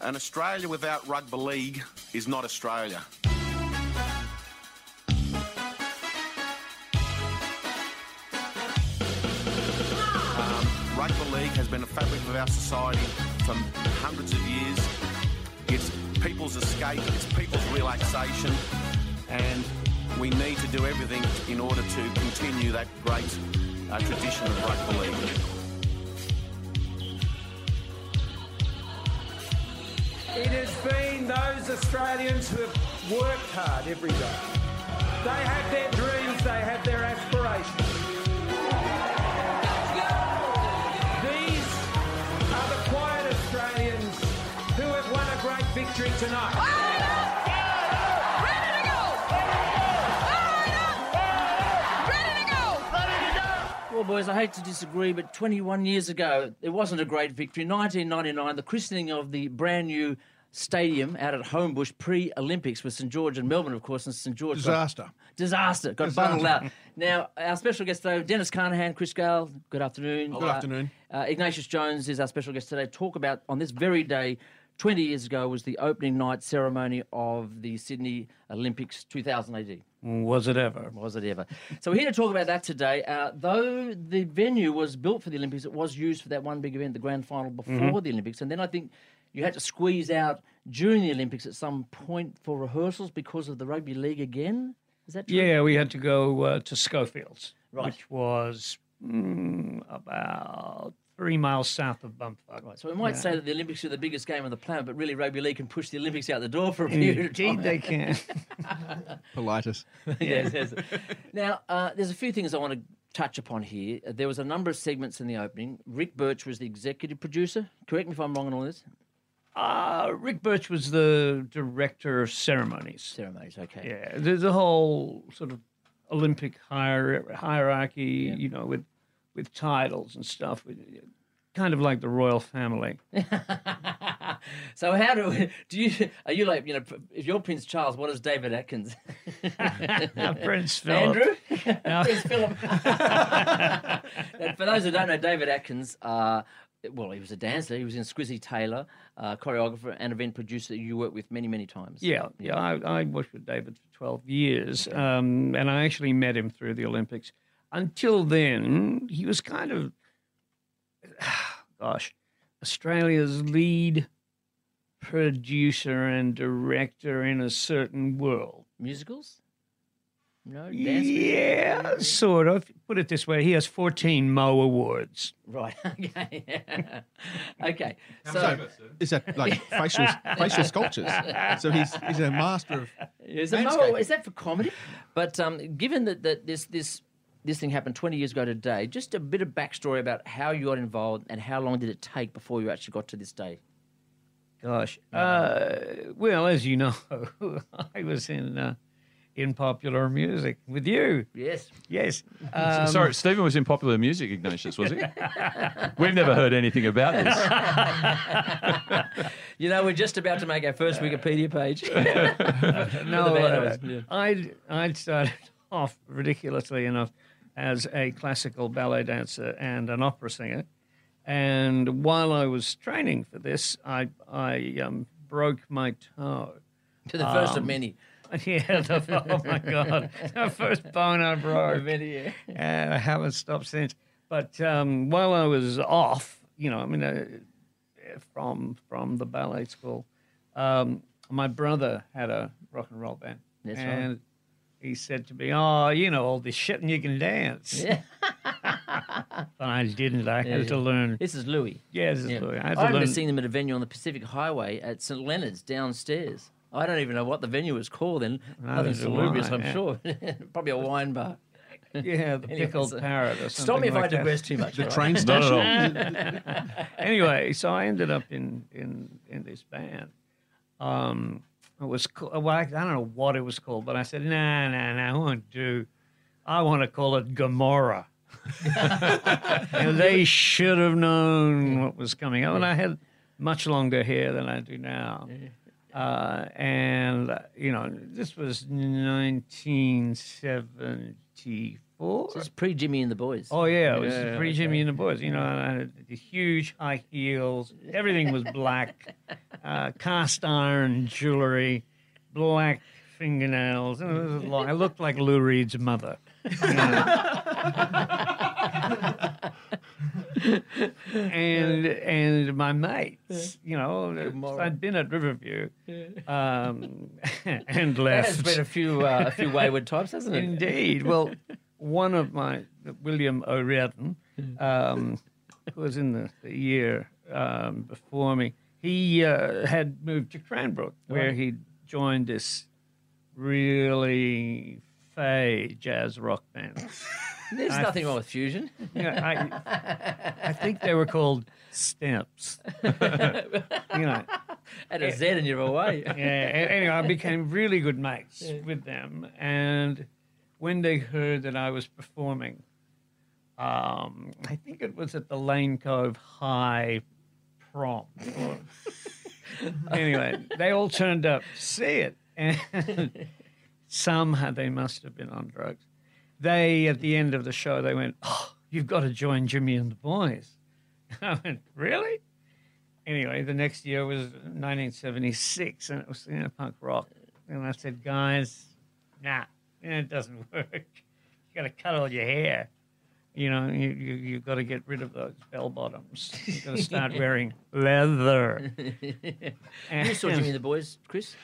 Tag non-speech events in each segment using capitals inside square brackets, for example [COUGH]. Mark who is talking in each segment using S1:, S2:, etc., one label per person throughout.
S1: An Australia without rugby league is not Australia. Um, rugby league has been a fabric of our society for hundreds of years. It's people's escape, it's people's relaxation, and we need to do everything in order to continue that great uh, tradition of rugby league.
S2: It has been those Australians who have worked hard every day. They have their dreams, they have their aspirations. These are the quiet Australians who have won a great victory tonight.
S3: Well, boys, I hate to disagree, but 21 years ago, it wasn't a great victory. 1999, the christening of the brand new stadium out at Homebush pre Olympics with St George and Melbourne, of course, and St George. got-
S4: Disaster.
S3: disaster. Got bundled
S4: [LAUGHS]
S3: out. Now, our special guest today, Dennis Carnahan, Chris Gale, good afternoon.
S4: Good afternoon.
S3: Uh, Ignatius Jones is our special guest today. Talk about on this very day, 20 years ago, was the opening night ceremony of the Sydney Olympics 2000 AD.
S5: Was it ever?
S3: Was it ever? So we're here to talk about that today. Uh, though the venue was built for the Olympics, it was used for that one big event, the grand final before
S5: Mm-hmm.
S3: the Olympics, and then I think you had to squeeze out during the Olympics at some point for rehearsals because of the rugby league again. Is that true?
S5: Yeah, we had to go uh, to Schofields,
S3: Right.
S5: which was mm, about three miles south of Bumfuck.
S3: Right, so we might
S5: [LAUGHS]
S3: say that the Olympics are the biggest game on the planet, but really rugby league can push the Olympics out the door for a
S5: Mm.
S3: period of [LAUGHS] time.
S5: Indeed, they can.
S4: Politis.
S3: yes, yes. Now, uh, there's a few things I want to touch upon here. Uh, There was a number of segments in the opening. Rick Birch was the executive producer. Correct me if I'm wrong on all this.
S5: uh, Rick Birch was the director of ceremonies.
S3: Ceremonies, okay.
S5: Yeah, there's a whole sort of Olympic hier- hierarchy, you know, with with titles and stuff, with, kind of like the royal
S3: [LAUGHS]
S5: family. [LAUGHS]
S3: So how do [LAUGHS] do you are you like you know if you're Prince Charles, what is David Atkins? [LAUGHS]
S5: Prince Philip.
S3: Andrew?
S5: Now-
S3: Prince Philip. [LAUGHS] And for those who don't know, David Atkins, uh, well, he was a dancer. He was in Squizzy Taylor, uh, choreographer and event producer that you worked with many, many times.
S5: Yeah, yeah. I, I worked with David for 12 years, um, and I actually met him through the Olympics. Until then, he was kind of, [SIGHS] gosh, Australia's lead producer and director in a certain world.
S3: Musicals? No, dance music?
S5: Yeah, sort of. Put it this way he has 14 Mo Awards.
S3: Right, [LAUGHS] okay. okay.
S4: So, is that like facial facial sculptures? So he's he's a master of.
S3: Is, it
S4: Landscaping.
S3: moral- is that for comedy? But um, given that, that this this this thing happened 20 years ago today, just a bit of backstory about how you got involved and how long did it take before you actually got to this day?
S5: Gosh. Uh, well, as you know, [LAUGHS] I was in, uh, in popular music with you.
S3: Yes.
S5: Yes.
S6: S- Sorry, Stephen was in popular music, Ignatius, was he? We've never heard anything about this.
S3: You know, we're just about to make our first Wikipedia page. [LAUGHS]
S5: no,
S3: the band
S5: uh,
S3: was, yeah.
S5: I'd, I'd started [LAUGHS] off ridiculously enough as a classical ballet dancer and an opera singer. And while I was training for this, I, I um, broke my toe. [LAUGHS]
S3: to the first of many.
S5: Yeah, the, oh my God. The first bone I broke. and I haven't stopped since. But um, while I was off, you know, I mean, uh, from from the ballet school, um, my brother had a rock and roll band,
S3: That's right.
S5: and he said to me, "Oh, you know all this shit, and you can dance."
S3: Yeah.
S5: [LAUGHS] But I didn't. I had to learn.
S3: This is Louis.
S5: Yes,
S3: Yeah. I,
S5: I had to
S3: remember
S5: learn.
S3: seeing them at a venue on the Pacific Highway at St Leonard's downstairs. I don't even know what the venue was called then. Nothing
S5: do
S3: salubrious,
S5: I,
S3: I'm
S5: yeah.
S3: sure. [LAUGHS] Probably a wine bar. [LAUGHS]
S5: yeah, the pickled
S3: so-
S5: parrot. Or
S3: Stop me
S5: something
S3: if
S5: like
S3: I
S5: that.
S3: digress too much. all right?
S4: Train
S6: Not
S4: station.
S6: at all.
S5: [LAUGHS] anyway, so I ended up in in in this band. Um, it was co- well, I, I don't know what it was called, but I said, "Nah, nah, nah, I won't do. I want to call it Gomorrah." [LAUGHS] and they should have known what was coming up. And I had much longer hair than I do now. Uh, and uh, you know, this was 1974.
S3: This is pre Jimmy and the Boys.
S5: Oh yeah, it was pre
S7: [LAUGHS]
S5: Jimmy and the Boys. You know, and I had the huge high heels. Everything was black, uh, cast iron jewelry, black fingernails. and It, was like, I looked like Lou Reed's mother. you know. [LAUGHS] and and my mates, you know, I'd been at Riverview um, [LAUGHS] and
S7: There
S5: left.
S7: has been a few uh, a [LAUGHS] few wayward types, hasn't it?
S5: Indeed. Well, one of my William O'Riordan, um, who was in the, the year um, before me, he uh, had moved to Cranbrook, where
S7: Right.
S5: he joined this really fey jazz rock band.
S7: There's
S5: I-
S7: nothing wrong with fusion.
S5: You know, I, I think they were called Stamps. [LAUGHS] you know.
S7: At a Z and you're away.
S5: yeah. a- Anyway, I became really good mates with them, and when they heard that I was performing, um, I think it was at the Lane Cove High prom. or- anyway, they all turned up to see it, [LAUGHS] and somehow they must have been on drugs. They at the end of the show they went, "Oh, you've got to join Jimmy and the Boys." [LAUGHS] I went, "Really?" anyway, the next year was 1976, and it was you know, punk rock. And I said, guys, nah, eh, it doesn't [LAUGHS] work. You got to cut all your hair. You know, you you you got to get rid of those bell bottoms. You got to start
S7: [LAUGHS]
S5: wearing leather. And-
S7: You saw
S5: [LAUGHS]
S7: Jimmy and the boys, Chris.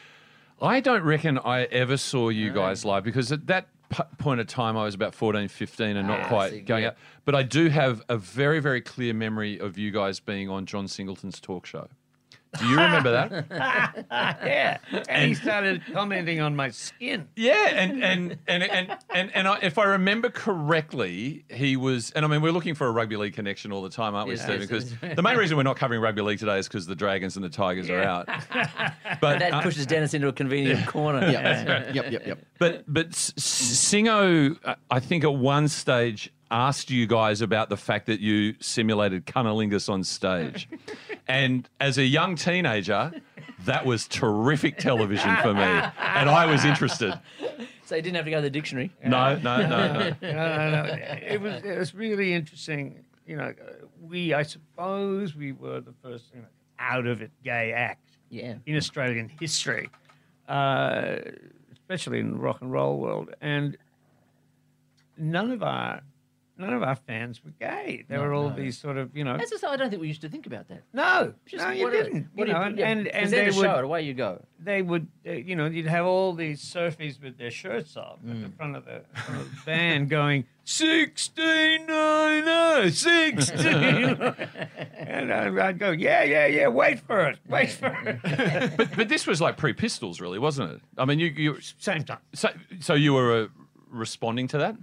S6: I don't reckon I ever saw you guys live because at that p- point of time I was about 14, 15 and not
S7: Ah,
S6: quite
S7: so you
S6: going
S7: get-
S6: out. But I do have a very, very clear memory of you guys being on John Singleton's talk show. Do you remember that?
S7: [LAUGHS]
S5: yeah, and he started commenting on my skin.
S6: Yeah, and and and and and, and I, if I remember correctly, he was. And I mean, we're looking for a rugby league connection all the time, aren't we,
S7: Yes,
S6: Stephen?
S7: yes,
S6: Because
S7: yes.
S6: the main reason we're not covering rugby league today is because the Dragons and the Tigers are out. But
S7: That
S6: uh,
S7: pushes Dennis into a convenient corner.
S4: Yep, yep, yep.
S6: But but S- S- Singo, uh, I think at one stage asked you guys about the fact that you simulated cunnilingus on stage, and as a young teenager, that was terrific television for me, and I was interested.
S7: So he didn't have to go to the dictionary.
S6: No, no, no, no.
S5: [LAUGHS] no, no, no. It was it was really interesting. You know, we I suppose we were the first you know, out of it gay act.
S7: Yeah.
S5: in Australian history, uh, especially in the rock and roll world. And none of our none of our fans were gay. They were all these sort of you know.
S7: That's just, I don't think we used to think about that.
S5: no,
S7: Just
S5: no, you
S7: what-
S5: didn't.
S7: what
S5: you
S7: do
S5: know,
S7: yeah,
S5: and
S7: present
S5: and they
S7: a show
S5: would
S7: it, away you go.
S5: they would uh, you know you'd have all these surfies with their shirts off at
S7: Mm.
S5: the front of the, front of the band going sixteen nine
S7: [LAUGHS]
S5: oh sixteen, and I- I'd go yeah yeah yeah wait for it wait for it
S6: But but this was like pre Pistols, really, wasn't it? I mean, you you
S5: [LAUGHS] same time.
S6: so so you were uh, responding to that.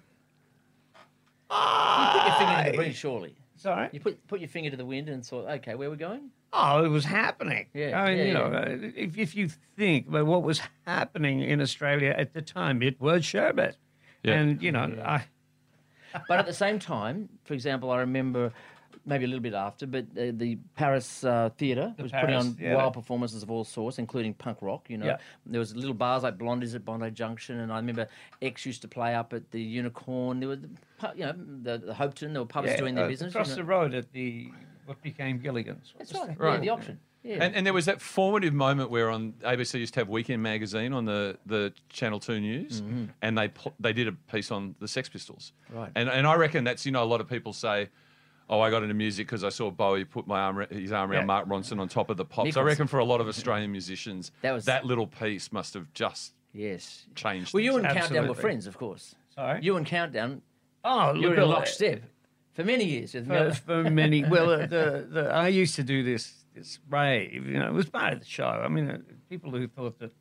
S7: Put your finger to the wind, surely.
S5: Sorry.
S7: You put put your finger to the wind and thought, okay, where are we going?
S5: Oh, it was happening.
S7: Yeah,
S5: I mean,
S7: yeah,
S5: you know,
S7: yeah.
S5: uh, if, if you think about what was happening in Australia at the time, it was sherbet.
S6: Yeah.
S5: And, you know, I,
S7: But at the same time, for example, I remember maybe a little bit after, but uh, the Paris uh, Theatre was putting
S5: Paris
S7: on
S5: Theatre.
S7: wild performances of all sorts, including punk rock. You know,
S5: Yeah.
S7: there was little bars like Blondie's at Bondi Junction, and I remember X used to play up at the Unicorn. There were, the, pu- you know, the, the Hopeton. There were pubs
S5: yeah,
S7: doing their
S5: uh,
S7: business. you
S5: across
S7: know.
S5: the road at the what became Gilligan's.
S7: That's right. Yeah,
S6: Right.
S7: the option. Yeah.
S6: And, and there was that formative moment where on ABC used to have Weekend Magazine on the, the Channel Two News, and they pl- they did a piece on the Sex Pistols.
S7: Mm-hmm. Right.
S6: And and I reckon that's you know a lot of people say, oh, I got into music because I saw Bowie put my arm ra- his arm around
S5: Yeah.
S6: Mark Ronson on top of the pops. I
S7: Nicholson.
S6: reckon for a lot of Australian musicians,
S7: That was-
S6: that little piece must have just
S7: yes.
S6: changed.
S7: Well, you
S6: things.
S7: and Countdown were
S5: Absolutely.
S7: friends, of course.
S5: Sorry?
S7: You and Countdown,
S5: oh,
S7: you were
S5: look
S7: in
S5: at-
S7: lockstep for many years. with
S5: for,
S7: Mel-
S5: for many. Well, uh, the, the I used to do this this rave. You know, it was part of the show. I mean, uh, people who thought that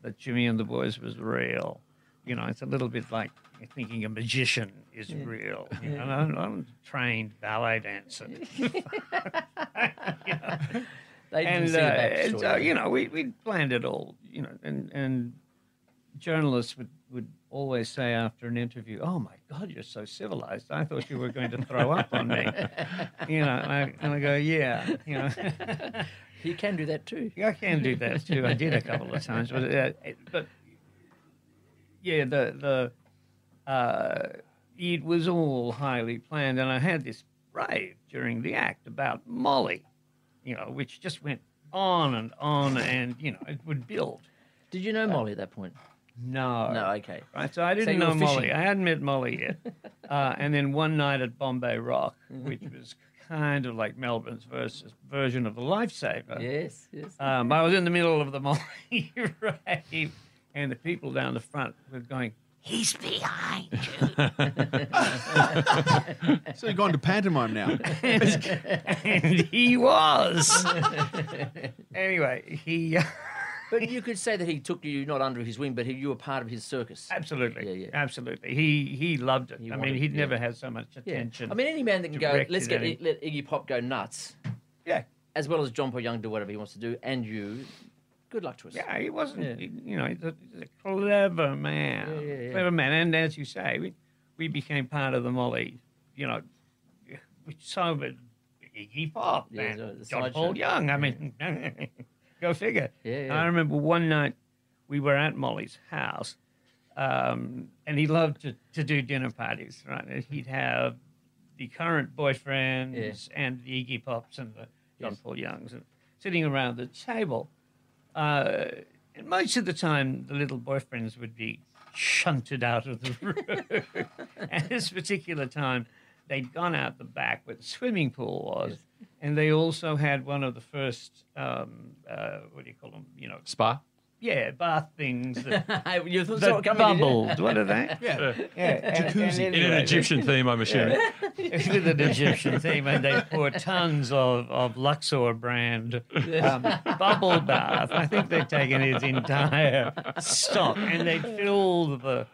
S5: that Jimmy and the Boys was real. You know, it's a little bit like thinking a magician is real. You know, and I'm, I'm a trained ballet dancer,
S7: They didn't
S5: and,
S7: see
S5: uh,
S7: a
S5: and
S7: backstory.
S5: so, you know, we we planned it all. You know, and and journalists would would always say after an interview, "Oh my God, you're so civilized! I thought you were going to throw up on
S7: [LAUGHS]
S5: me." you know, and I, and I go, "Yeah, you know."
S7: You can do that too.
S5: Yeah, I can do that too. I did a couple of times, but uh, it- but yeah, the the uh, it was all highly planned, and I had this rave during the act about Molly, you know, which just went on and on, and you know, it would build.
S3: Did
S5: Uh,
S3: you know Molly at that point?
S5: No,
S3: No, okay.
S5: Right, so I didn't
S3: you
S5: know
S3: were
S5: Molly.
S3: fishing.
S5: I hadn't met Molly yet. uh, and then one night at Bombay Rock, which was kind of like Melbourne's versus version of the Lifesaver.
S3: Yes, yes.
S5: Um, I was in the middle of the [LAUGHS] Molly rave, and the people down the front were going, "He's behind you,"
S4: So you've gone to pantomime now.
S5: and he
S3: [LAUGHS]
S5: was. anyway, he [LAUGHS]
S3: but you could say that he took you not under his wing, but he, you were part of his circus.
S5: absolutely,
S3: Yeah, yeah.
S5: absolutely, he he loved it.
S3: He
S5: I mean,
S3: wanted-
S5: he'd
S3: yeah.
S5: never had so much
S3: Yeah.
S5: attention.
S3: I mean, any man that can go,
S5: directed
S3: let's get
S5: at him.
S3: let Iggy Pop go nuts,
S5: yeah.
S3: as well as John Paul Young do whatever he wants to do, and you. Good luck to us.
S5: Yeah, he wasn't.
S3: Yeah.
S5: he- you know, he's a, he's a clever man,
S3: Yeah, yeah, yeah.
S5: clever man. And as you say, we, we became part of the Molly. You know, which sobered Iggy Pop
S3: Yeah,
S5: and
S3: so the
S5: John
S3: sideshow.
S5: Paul Young. I mean, [LAUGHS] go figure.
S3: Yeah,
S5: And
S3: yeah.
S5: I remember one night we were at Molly's house, um, and he loved to, to do dinner parties. Right, And he'd have the current boyfriends and the Iggy Pops and the John
S3: Yes.
S5: Paul Youngs and sitting around the table. Uh, and most of the time, the little boyfriends would be shunted out of the room. At this particular time, they'd gone out the back where the swimming pool was, and they also had one of the first, um, uh, what do you call them? You know,
S6: Spa.
S5: yeah, bath
S3: [LAUGHS]
S5: things that,
S3: [LAUGHS] you thought
S5: that bubbled. What are they?
S4: Yeah.
S5: Yeah, and- and
S4: Jacuzzi.
S6: In an
S5: anyway,
S6: Egyptian theme, I'm assuming.
S5: with an Egyptian theme, and they pour tons of, of Luxor brand um, bubble bath. I think they'd taken its entire stock and they'd filled the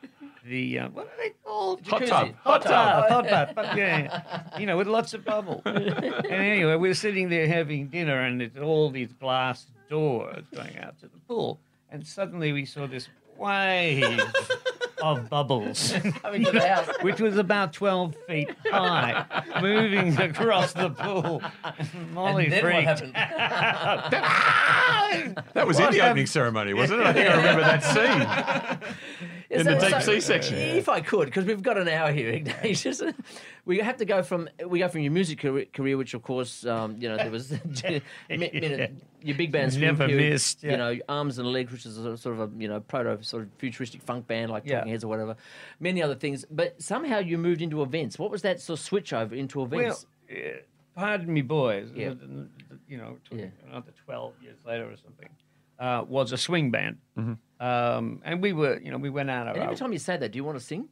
S5: the uh, what are they called?
S6: Hot tub.
S5: Hot bath, hot bath, hot- yeah, you know, with lots of bubble. and anyway, we were sitting there having dinner, and it's all these glass doors going out to the pool, and suddenly we saw this wave of bubbles [LAUGHS]
S3: Coming to the house.
S5: which was about 12 feet high, moving across the pool. Molly
S3: And then what
S5: freaked. Oh,
S3: happened?
S6: That was in the opening ceremony, wasn't it? I think I remember that scene.
S3: Yes,
S6: In the
S3: that was
S6: deep
S3: so- uh,
S6: sea section.
S3: If I could, because we've got an hour here, [LAUGHS] Ignatius. We have to go from we go from your music career, career which of course, um, you know, there
S5: [LAUGHS]
S3: was [LAUGHS] mi- minute- your big band, Swing
S5: Never
S3: Cube,
S5: missed, yeah.
S3: You know, Arms and Legs, which is a, sort of a you know proto sort of futuristic funk band like
S5: Yeah.
S3: Talking Heads or whatever. Many other things, but somehow you moved into events. What was that sort of switch over into
S5: Well,
S3: events?
S5: uh, pardon me, boys.
S3: Yeah.
S5: You know, tw-
S3: Yeah.
S5: another 12 years later or something, uh, was a swing band. Um, and we were, you know, we went out our
S3: Mm-hmm. and every
S5: own-
S3: time you say that, do you want to
S5: [LAUGHS]
S3: sing?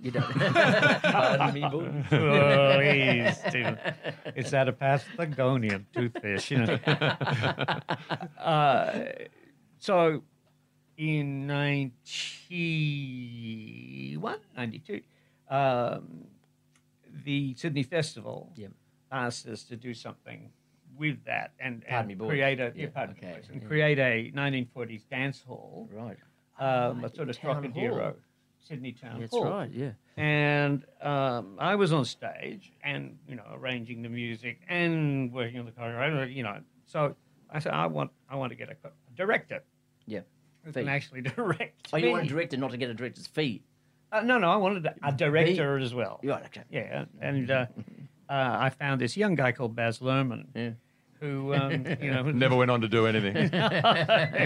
S3: You don't. [LAUGHS] Pardon me,
S5: [LAUGHS]
S3: boy.
S5: Please, Stephen. Oh, It's out of Patagonia
S3: [LAUGHS]
S5: toothfish, you know. uh, so in 91, 92, um, the Sydney Festival
S3: Yep.
S5: asked us to do something with that and,
S3: Pardon
S5: and
S3: me, boys.
S5: create a yeah,
S3: Yeah,
S5: pardon me,
S3: okay,
S5: boys, and
S3: yeah.
S5: create a 1940s dance hall,
S3: Right.
S5: um, a sort of
S3: Town
S5: Trocadero,
S3: hall.
S5: Sydney Town
S3: That's
S5: Hall
S3: right. Yeah.
S5: and um, I was on stage and you know arranging the music and working on the choreography, you know. So I said, I want, I want to get a co- director
S3: Yeah.
S5: who
S3: Fee.
S5: can actually [LAUGHS] direct.
S3: Oh, you
S5: me.
S3: want a director not to get a director's fee?
S5: Uh, no, no, I wanted a, a director as well.
S3: Right. Okay.
S5: Yeah, and uh, uh, I found this young guy called Baz Luhrmann,
S3: Yeah. [LAUGHS]
S5: who um, you know
S6: [LAUGHS] Never went on to do anything.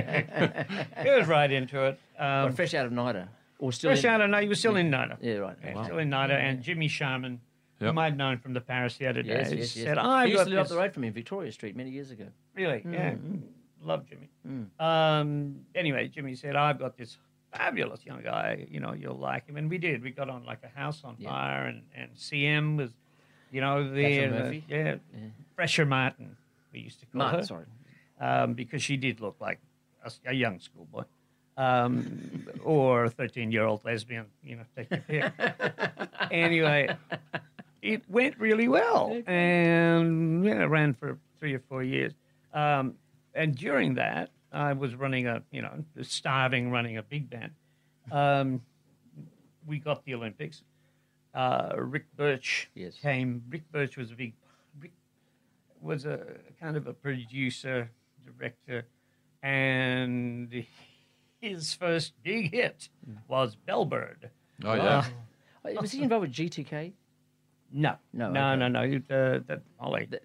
S5: he was right into
S3: [LAUGHS]
S5: it. Um,
S3: But fresh out of NIDA. Or still
S5: fresh
S3: in,
S5: out of no, he was still in Nida.
S3: Yeah, right.
S5: Yeah,
S3: Wow.
S5: Still in Nida, and Jimmy Sharman,
S6: Yep.
S5: whom I'd known from the Paris Theatre
S3: Yes,
S5: days,
S3: yes, yes.
S5: said, "I've
S3: he used
S5: got
S3: to live up
S5: this
S3: the road from me in Victoria Street many years ago.
S8: Uh-huh.
S5: Really?
S3: Mm-hmm.
S5: Yeah. Love Jimmy.
S3: Mm.
S5: Um, anyway, Jimmy said, I've got this fabulous young guy. You know, you'll like him. And we did. We got on like a house on
S3: Yeah.
S5: fire, and, and CM was, you know, there. and, uh,
S3: Murphy.
S5: yeah. Fresher Martin, we used to call
S3: Martin,
S5: her
S3: sorry.
S5: um, because she did look like a, s- a young schoolboy
S3: [LAUGHS]
S5: um, or a 13 year old lesbian, you know, take your pick. anyway, it went really well and yeah, it ran for three or four years. Um, and during that, I was running a, you know, starving running a big band. Um, we got the Olympics. Uh, Rick Birch
S3: Yes.
S5: came. Rick Birch was a big, Rick was a kind of a producer, director, and his first big hit was Bellbird.
S6: Oh yeah.
S3: Uh, Was he involved with GTK?
S5: No,
S3: No,
S5: no,
S3: okay.
S5: no, no. you- Uh, that Molly,
S3: The-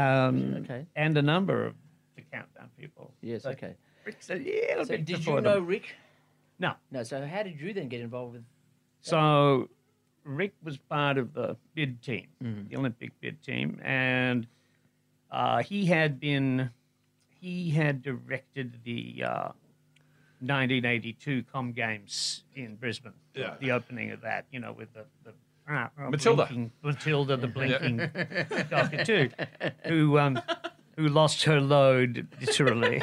S5: um,
S3: okay.
S5: and a number of people.
S3: Yes,
S8: Uh,
S5: But
S3: okay.
S5: Rick's a little
S3: So
S5: bit
S3: did you
S5: before
S3: know
S5: them.
S3: Rick?
S5: No.
S3: No. So how did you then get involved with?
S5: So Rick was part of the bid team, the Olympic bid team, and uh, he had been he had directed the uh, 1982 Com Games in Brisbane,
S6: Yeah.
S5: the opening of that, you know, with the. the ah, ah,
S6: Matilda.
S5: blinking- Matilda, the blinking
S6: [LAUGHS]
S5: cockatoo, who um, who lost her load
S8: [LAUGHS]
S5: literally.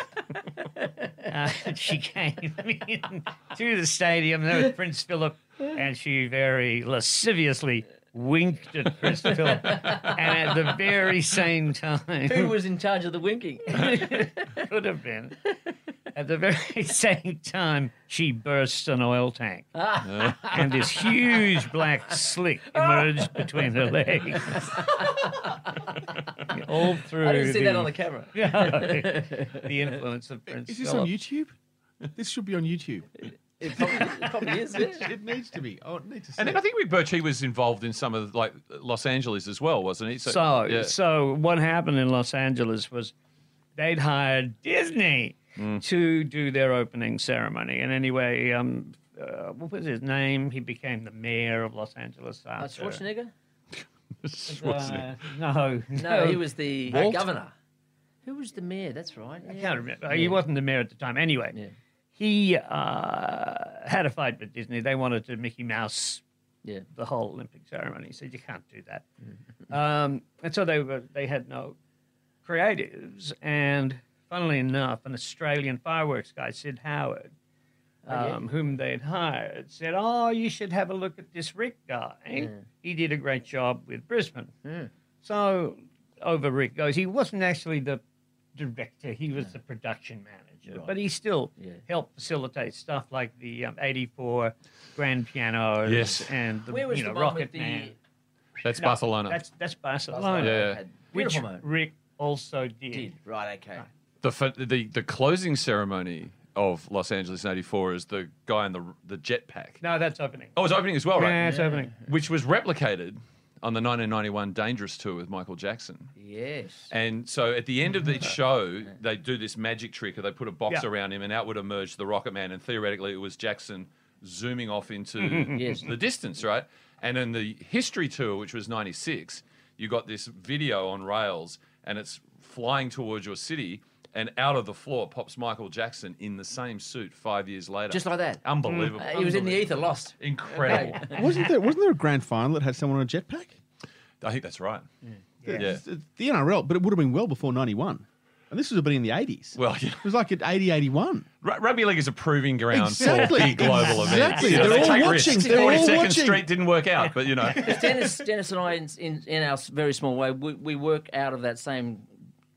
S5: Uh, she came in to the stadium. There was Prince Philip, and she very lasciviously winked at
S8: [LAUGHS]
S5: Prince Philip. And at the very same time,
S8: Who was in charge of the
S3: [LAUGHS]
S8: winking?
S5: could have been, at the very [LAUGHS] same time, she burst an oil tank.
S8: Ah.
S5: and this huge black slick emerged
S8: [LAUGHS]
S5: between her legs. All through
S8: I didn't see
S5: the,
S8: that on the camera. [LAUGHS]
S5: the influence of Prince
S4: Is this
S5: Philip.
S4: on YouTube? This should be on YouTube.
S8: It probably, it probably is. yeah.
S4: It needs to be. Oh, it needs to.
S6: And then
S4: see.
S6: I think we Birchie was involved in some of like Los Angeles as well, wasn't he?
S5: So,
S6: yeah.
S5: so what happened in Los Angeles was they'd hired Disney
S6: Mm.
S5: to do their opening ceremony. And anyway, um, uh, what was his name? He became the mayor of Los Angeles.
S8: Uh,
S5: After.
S8: Schwarzenegger?
S6: Schwarzenegger.
S5: Uh, no,
S8: No, he was the uh,
S6: Walt?
S8: governor.
S3: Who was the mayor? That's right.
S5: I
S3: yeah.
S5: can't remember. He wasn't the mayor at the time. Anyway,
S8: Yeah.
S5: he uh, had a fight with Disney. They wanted to Mickey Mouse
S3: Yeah.
S5: the whole Olympic ceremony. He said you can't do that.
S3: Mm.
S5: [LAUGHS] um, and so they were they had no creatives. And funnily enough, an Australian fireworks guy, Sid Howard,
S3: Oh, yeah?
S5: um, whom they'd hired, said, "Oh, you should have a look at this Rick guy. He did a great job with Brisbane." So over Rick goes. He wasn't actually the director; he was the production manager, but he still
S3: Yeah.
S5: helped facilitate stuff like the um, '84 grand pianos
S6: Yes.
S5: and the
S8: Where was
S5: you
S8: the
S5: know
S8: one with
S5: Rocket
S8: the
S5: Man.
S6: that's
S5: No,
S6: Barcelona.
S5: That's that's Barcelona,
S8: Barcelona
S6: Yeah.
S8: had
S5: which
S8: Beautiful moment.
S5: Rick also did.
S8: Did. Right, okay.
S6: the, fa- the the closing ceremony of Los Angeles in '84 is the guy in the the jetpack.
S5: No, that's opening.
S6: Oh, it's opening as well, right?
S5: Yeah, it's opening.
S6: Which was replicated on the 1991 Dangerous tour with Michael Jackson.
S8: Yes.
S6: And so at the end of each show, they do this magic trick, or they put a box
S5: Yeah.
S6: around him, and out would emerge the Rocket Man, and theoretically it was Jackson zooming off into
S3: Yes.
S6: the distance, right? And in the history tour, which was '96, you got this video on rails, and it's flying towards your city, and out of the floor pops Michael Jackson in the same suit five years later,
S3: Just like that.
S6: Unbelievable!
S3: Mm.
S8: Uh, he was in the ether, lost.
S6: Incredible.
S4: wasn't there wasn't there a grand final that had someone on a jetpack?
S6: I think that's right. Yeah.
S4: It's- it's The NRL, but it would have been well before '91, and this would have been in the '80s.
S6: Well, yeah.
S4: it was like at 80, 81.
S6: Ru- Rugby league is a proving ground
S4: Exactly,
S6: for big global events.
S4: exactly.
S6: You know,
S4: They're all
S6: take
S4: watching,
S6: risks.
S4: they're all
S6: 42nd
S4: watching.
S6: Street didn't work out, but
S4: [LAUGHS]
S6: you know.
S3: Dennis, Dennis and I, in, in, in our s- very small way, we, we work out of that same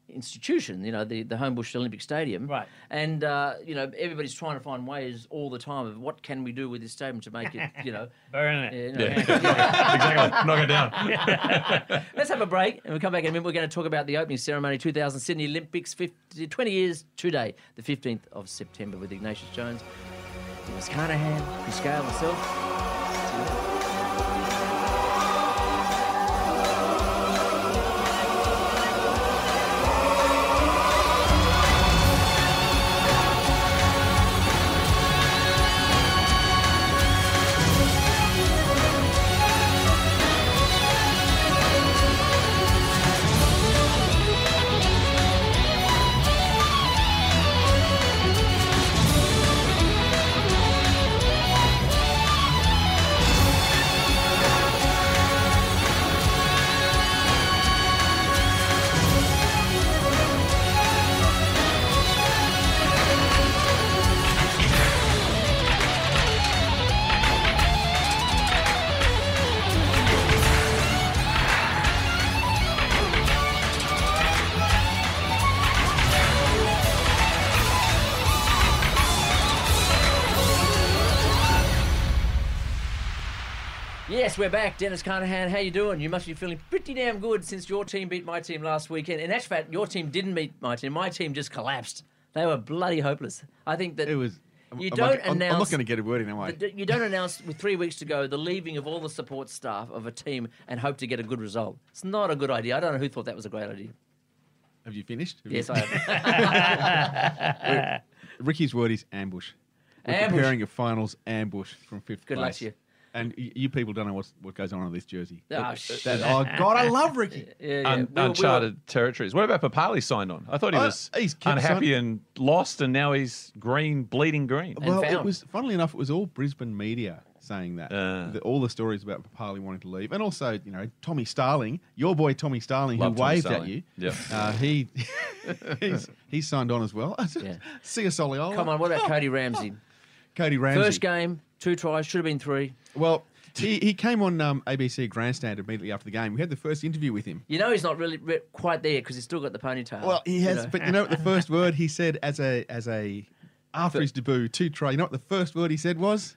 S3: institution, you know, the, the Homebush Olympic Stadium.
S5: Right.
S3: And, uh, you know, everybody's trying to find ways all the time of what can we do with this stadium to make it, you know.
S5: Burn it.
S3: you know,
S6: Yeah. exactly. Knock it down.
S3: [LAUGHS] Let's have a break and we come back and then we're going to talk about the opening ceremony 2000 Sydney Olympics 50, 20 years today, the 15th of September with Ignatius Jones, Dennis Carnahan, Chris Scale, myself. Yes, we're back. Dennis Carnahan, how you doing? You must be feeling pretty damn good since your team beat my team last weekend. In actual fact, your team didn't beat my team. My team just collapsed. They were bloody hopeless. I think that
S4: It was. I'm-
S3: You
S4: I'm
S3: don't
S4: not, I'm- I'm
S3: announce-
S4: not going to get a word in, am I?
S3: that you don't announce with three weeks to go the leaving of all the support staff of a team and hope to get a good result. It's not a good idea. I don't know who thought that was a great idea.
S4: Have you finished? Have you-
S3: Yes, I have.
S4: Ricky's word is ambush. We're
S3: Ambush.
S4: preparing a finals ambush from fifth
S3: Good
S4: place.
S3: luck to you.
S4: And y- you people don't know what's, what goes on in this jersey.
S3: Oh,
S4: That-
S3: shit.
S4: that- oh, God, I love Ricky.
S3: [LAUGHS] Yeah, yeah.
S6: Un-
S3: We were-
S6: uncharted territories. What about Papali signed on? I thought he
S4: I-
S6: was
S4: he's kept
S6: unhappy and lost, and now he's green, bleeding green.
S4: well, it
S3: found.
S4: was funnily enough, it was all Brisbane media saying that.
S6: Ah.
S4: The- all the stories about Papali wanting to leave, and also you know Tommy Starling, your boy Tommy Starling,
S6: Love
S4: who
S6: Tommy
S4: waved at
S6: Starling.
S4: you.
S6: Yep.
S4: Uh, he [LAUGHS] he's, he's signed on as well. [LAUGHS] See a Soliola.
S3: we- Come on, what about Cody Ramsey?
S4: [LAUGHS] Cody Ramsey.
S3: First game, two tries, should have been three.
S4: Well, he, he came on um, ABC Grandstand immediately after the game. We had the first interview with him.
S3: You know he's not really re- quite there because he's still got the ponytail.
S4: Well, he
S3: You
S4: has,
S3: know.
S4: but you know what the
S6: [LAUGHS]
S4: first word he said as a as a after his debut two try. You know what the first word he said was,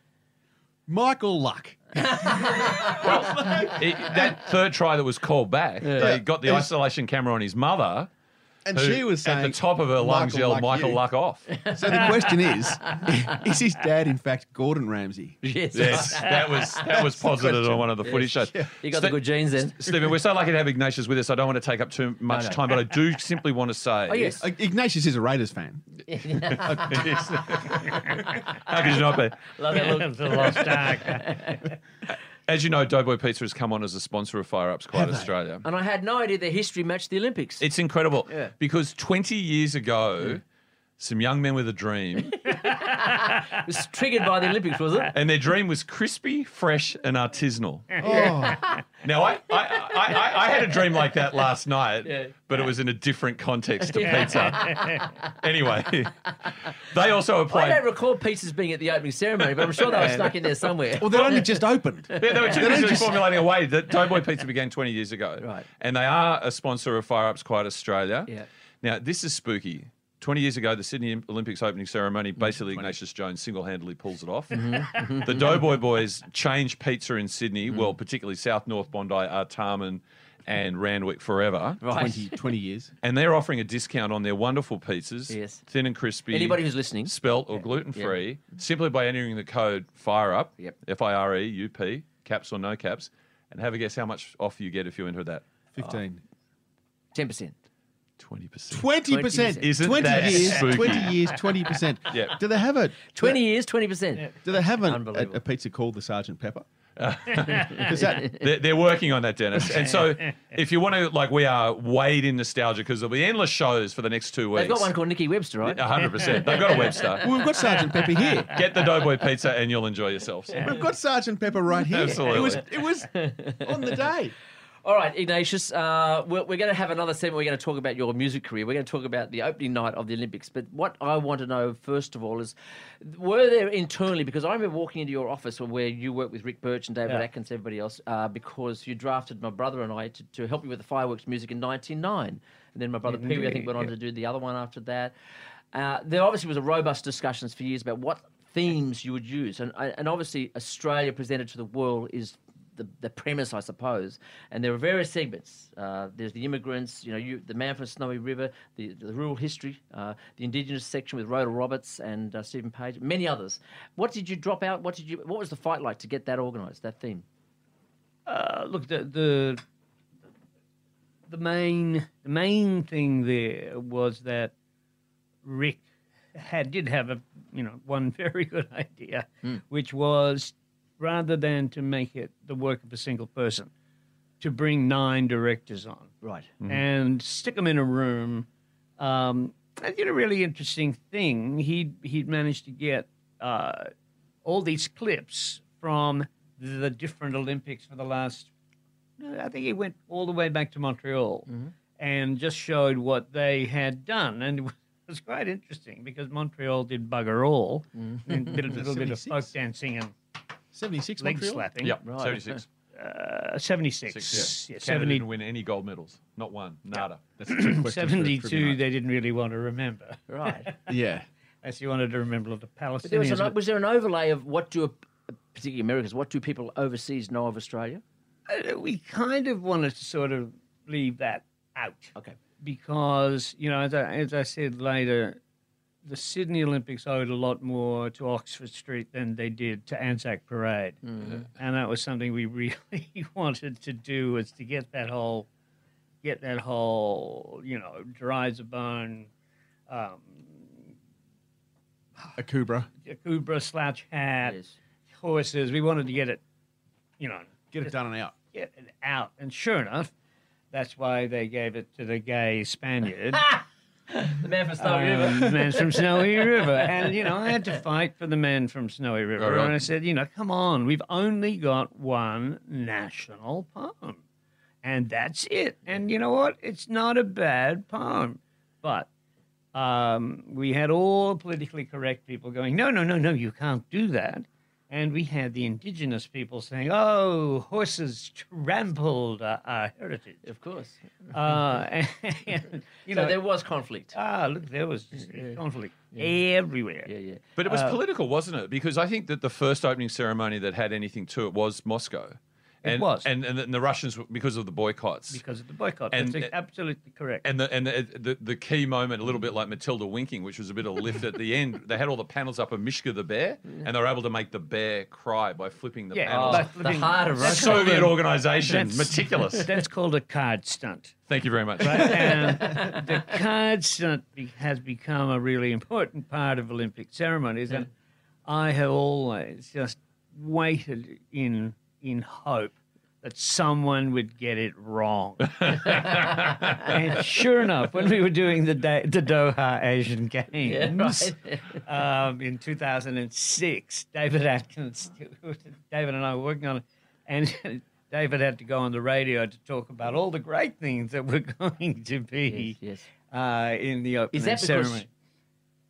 S4: Michael Luck. [LAUGHS]
S6: He- that third try that was called back, they got the
S4: It was-
S6: isolation camera on his mother,
S4: And
S6: who,
S4: she was saying
S6: at the top of her lungs, yelled, "Michael,
S4: you."
S6: luck
S4: [LAUGHS]
S6: off."
S4: So the question is, [LAUGHS] is his dad in fact Gordon Ramsay?
S3: yes,
S6: yes, that was that was posited on one of the footy shows.
S3: you got the
S6: Ste-
S3: good genes then.
S6: Stephen, we're so lucky to have Ignatius with us. I don't want to take up too much time, but I
S3: [LAUGHS]
S6: do simply want to say,
S3: Oh yes,
S4: Like, Ignatius is a Raiders fan.
S6: [LAUGHS] how could you not be?
S3: love that look.
S5: the lost ark.
S6: As you know, Doughboy Pizza has come on as a sponsor of Fire Ups Quite Australia.
S3: [LAUGHS] And I had no idea the history matched the Olympics.
S6: It's incredible because 20 years ago,
S3: Hmm.
S6: some young men with
S3: [LAUGHS]
S6: a dream,
S3: It was triggered by the Olympics, was
S6: [LAUGHS]
S3: it?
S6: and their dream was crispy, fresh, and artisanal.
S4: Oh,
S6: Now, I, I, I, I, I had a dream like that last night, but it was in a different context to pizza.
S3: [LAUGHS]
S6: Anyway, [LAUGHS] they also
S3: I
S6: applied.
S3: don't recall pizzas being at the opening ceremony, but I'm sure they were stuck in there
S6: [LAUGHS]
S3: somewhere.
S4: well, they're only just opened.
S6: Yeah, they were too busy formulating a way that Doughboy Pizza began 20 years ago.
S3: Right.
S6: And they are a sponsor of Fire Ups Quite Australia.
S3: Yeah.
S6: Now, this is spooky. 20 years ago, the Sydney Olympics opening ceremony,
S3: Mm-hmm.
S6: basically Ignatius Jones single handedly pulls it off. the Doughboy Boys change pizza in Sydney,
S3: Mm-hmm.
S6: well, particularly South North Bondi, Artarmon, and Randwick forever.
S3: Right.
S4: 20, 20 years.
S6: And they're offering a discount on their wonderful pizzas,
S3: Yes.
S6: thin and crispy.
S3: Anybody who's listening.
S6: spelt or gluten free, simply by entering the code FIREUP,
S3: Yep.
S6: F I R E U P, caps or no caps, and have a guess how much off you get if you enter that. Oh.
S4: 15.
S3: Ten percent. [LAUGHS]
S6: 20%.
S4: 20%. 20,
S6: Isn't that
S4: years,
S6: spooky?
S4: 20 years, 20%.
S6: [LAUGHS] Yeah.
S4: Do they have a
S3: Twenty years, twenty percent.
S4: Do they have an, a,
S3: Unbelievable.
S4: a pizza called the Sergeant
S6: [LAUGHS]
S4: Pepper? Because that
S6: They're, they're working on that, Dennis. And
S3: [LAUGHS]
S6: so, if you want to, like, we are weighed in nostalgia because there'll be endless shows for the next two weeks.
S3: They've got one called Nikki Webster, right?
S6: 100%. They've got a Webster.
S3: [LAUGHS]
S4: well, we've got Sergeant Pepper here.
S6: Get the Doughboy Pizza and you'll enjoy yourselves.
S4: We've got Sergeant Pepper right here.
S6: Absolutely.
S4: It was it was on the day.
S3: All right, Ignatius, uh, we're, we're going to have another segment. We're going to talk about your music career. We're going to talk about the opening night of the Olympics. But what I want to know, first of all, is were there internally, because I remember walking into your office where you worked with Rick Birch and David
S5: Yeah.
S3: Atkins, everybody else, uh, because you drafted my brother and I to, to help you with the fireworks music in 1999. And then my brother Pee Wee, I think, went on to do the other one after that. Uh, there obviously was a robust discussions for years about what themes you would use. And, and obviously, Australia presented to the world is the, the premise, I suppose. And there are various segments. Uh, there's the immigrants, you know, you, the man from Snowy River, the, the rural history, uh, the indigenous section with Rhoda Roberts and uh, Stephen Page, many others. What did you drop out? What did you? What was the fight like to get that organised? That theme?
S5: [LAUGHS] Uh, look, the, the the main the main thing there was that Rick had did have a you know one [LAUGHS] very good idea, which was rather than to make it the work of a single person, to bring nine directors on
S3: Right.
S6: Mm-hmm.
S5: and stick them in a room. Um, I did a really interesting thing. He he'd managed to get uh, all these clips from the different Olympics for the last. I think he went all the way back to Montreal
S6: Mm-hmm.
S5: and just showed what they had done, and [LAUGHS] it was quite interesting because Montreal did bugger all,
S6: Mm-hmm.
S5: and did a little bit of folk
S6: [LAUGHS]
S4: 76.
S5: dancing and
S4: Seventy six
S5: leg
S4: Montreal.
S5: slapping.
S6: Yep, 76.
S5: Uh, seventy-six,
S6: Six, yeah.
S5: yeah,
S6: Canada
S5: 70,
S6: didn't win any gold medals. Not one. Nada.
S4: That's
S5: [CLEARS THROAT]
S4: a trick question for a trivia
S5: 72
S4: night.
S5: They didn't really want to remember.
S3: [LAUGHS] Right.
S4: Yeah.
S5: Unless you wanted to remember the Palestinians.
S3: but there was, an,
S5: but-
S3: was there an overlay of what do uh, particularly Americans? What do people overseas know of Australia?
S5: Uh, we kind of wanted to sort of leave that out
S3: Okay.
S5: because, you know, as I, as I said later, the Sydney Olympics owed a lot more to Oxford Street than they did to Anzac Parade.
S3: Mm-hmm.
S5: [LAUGHS] And that was something we really wanted to do was to get that whole get that whole, you know, dries a bone, um,
S4: A Kubra.
S5: Kubra slouch hat,
S3: Yes.
S5: horses. We wanted to get it, you know,
S4: Get it done and out.
S5: get it out. And sure enough, that's why they gave it to the gay Spaniard.
S3: The man from Snowy
S5: um,
S3: River.
S5: the man
S3: [LAUGHS]
S5: from Snowy River. And, you know, I had to fight for the man from Snowy River.
S6: Right, right.
S5: And I said, you know, come on, we've only got one national poem. And that's it. And you know what? It's not a bad poem. But um, we had all politically correct people going, no, no, no, no, you can't do that. And we had the indigenous people saying, oh, horses trampled our, our
S3: [LAUGHS]
S5: heritage.
S3: Of course.
S5: Uh, [LAUGHS] and, you
S3: so
S5: know,
S3: there was conflict.
S5: Ah, look, there was conflict everywhere.
S3: yeah, yeah.
S6: But
S5: uh,
S6: it was political, wasn't it? Because I think that the first opening ceremony that had anything to it was Moscow. And,
S5: was.
S6: And, and, the, and the Russians, were- because of the boycotts.
S5: Because of the boycott.
S6: And-
S5: That's absolutely correct.
S6: and the and the, the the key moment, a little bit like Matilda winking, which was a bit of lift at the end. They had all the panels up of Mishka the bear, and they were able to make the bear cry by flipping the
S5: yeah,
S6: panels.
S3: Oh,
S5: but
S3: the
S5: flipping-
S3: heart of
S5: that's
S3: Russia.
S5: called
S6: Soviet
S5: a-
S6: organisation,
S5: that's-
S6: meticulous.
S5: [LAUGHS] That's called a
S3: [LAUGHS]
S5: card stunt.
S6: Thank you very much. [LAUGHS]
S5: Right? and the card stunt be- has become a really important part of Olympic ceremonies. And I have always just waited in in hope that someone would get it
S3: [LAUGHS]
S5: wrong. and sure enough, when we were doing the, da- the Doha Asian Games,
S3: Yeah, right.
S5: um, in 2006. David Atkins, [LAUGHS] David and I were working on it, and [LAUGHS] David had to go on the radio to talk about all the great things that were [LAUGHS] going to be
S3: Yes, yes.
S5: Uh, in the opening
S3: Is that because
S5: ceremony.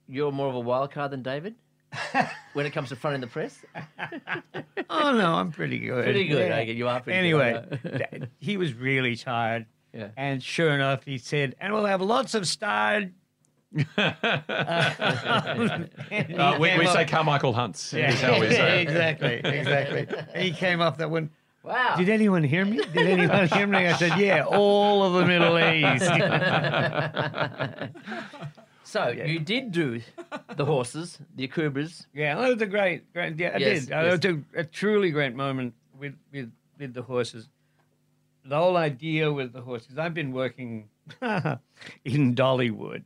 S3: you're more of a wild card than
S5: [LAUGHS]
S3: David when it comes to front in the press?
S5: Uh, Oh no, I'm pretty good.
S3: Pretty good, I get- you are pretty
S5: anyway, [LAUGHS]
S3: good. I know.
S5: da- he was really tired.
S3: Yeah.
S5: And sure enough, he said, "And we'll have lots of
S3: [LAUGHS]
S5: [LAUGHS] starred."
S6: Uh, we, we say Carmichael Hunts.
S5: [LAUGHS] Yeah,
S6: Is how we say it.
S5: exactly, exactly. And he came off that one.
S3: Wow. [LAUGHS]
S5: Did anyone hear me? Did anyone hear me? I said, yeah, all of the Middle East.
S3: so you did do the horses, the Akubras.
S5: yeah, that was a great, great. Yeah, I
S3: Yes,
S5: did. I
S3: yes.
S5: It was a, a truly great moment with, with with the horses. The whole idea with the horses. I've been working [LAUGHS] in Dollywood.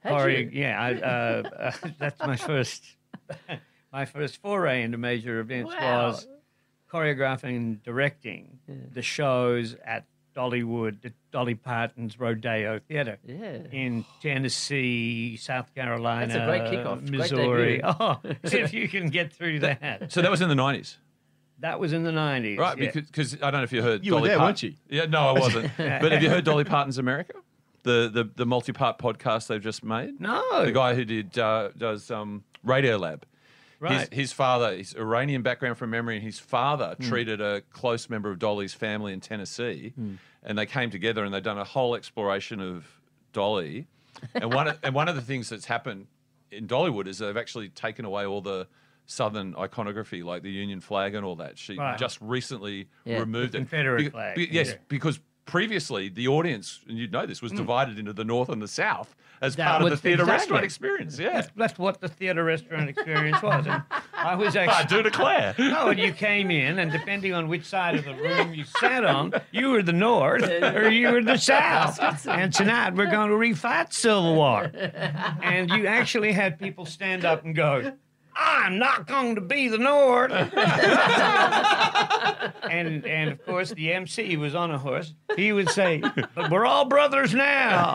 S3: Had
S5: Choreo-
S3: you?
S5: Yeah, I, uh, [LAUGHS] uh, that's my first [LAUGHS] my first foray into major events
S3: Wow.
S5: was choreographing and directing the shows at Dollywood, the Dolly Parton's Rodeo Theatre.
S3: Yeah.
S5: in Tennessee, South Carolina,
S3: great kickoff. Great
S5: Missouri.
S3: debut.
S6: [LAUGHS]
S5: oh, if you can get through that.
S6: So that was in the nineties,
S5: That was in the 90s.
S6: right?
S5: yeah.
S6: Because 'cause I don't know if you heard
S4: You were
S6: Dolly
S4: there,
S6: Part-
S4: weren't you?
S6: Yeah, no, I wasn't.
S4: [LAUGHS]
S6: but have you heard Dolly Parton's America? The the, the multi part podcast they've just made.
S5: No.
S6: the guy who did uh, does um, Radio Lab.
S5: Right. Hmm.
S6: His, his father, his Iranian background from memory, and his father treated a close member of Dolly's family in Tennessee,
S5: Hmm.
S6: and they came together and they've done a whole exploration of
S5: [LAUGHS]
S6: Dolly. And one of, and one of the things that's happened in Dollywood is they've actually taken away all the southern iconography, like the Union flag and all that. She
S5: Right.
S6: just recently
S3: Yeah.
S6: removed
S5: The
S6: it.
S5: Confederate
S6: Be-
S5: flag,
S6: be- yes,
S5: yeah.
S6: because previously the audience, and you'd know this, was divided into the north and the south as
S5: Mm. That
S6: part of the
S5: was-
S6: theatre
S5: exactly.
S6: restaurant experience. Yeah.
S5: That's what the theatre restaurant experience was. And I
S6: [LAUGHS]
S5: was
S6: I
S5: actually.
S6: do declare.
S5: No, and you came in, and depending on which side of the room you sat on, you were the north or you were the south. And tonight we're going to refight Civil War. And you actually had people stand up and go, I'm not going to be the north. and and of course the MC was on a horse. He would say, "But we're all brothers now."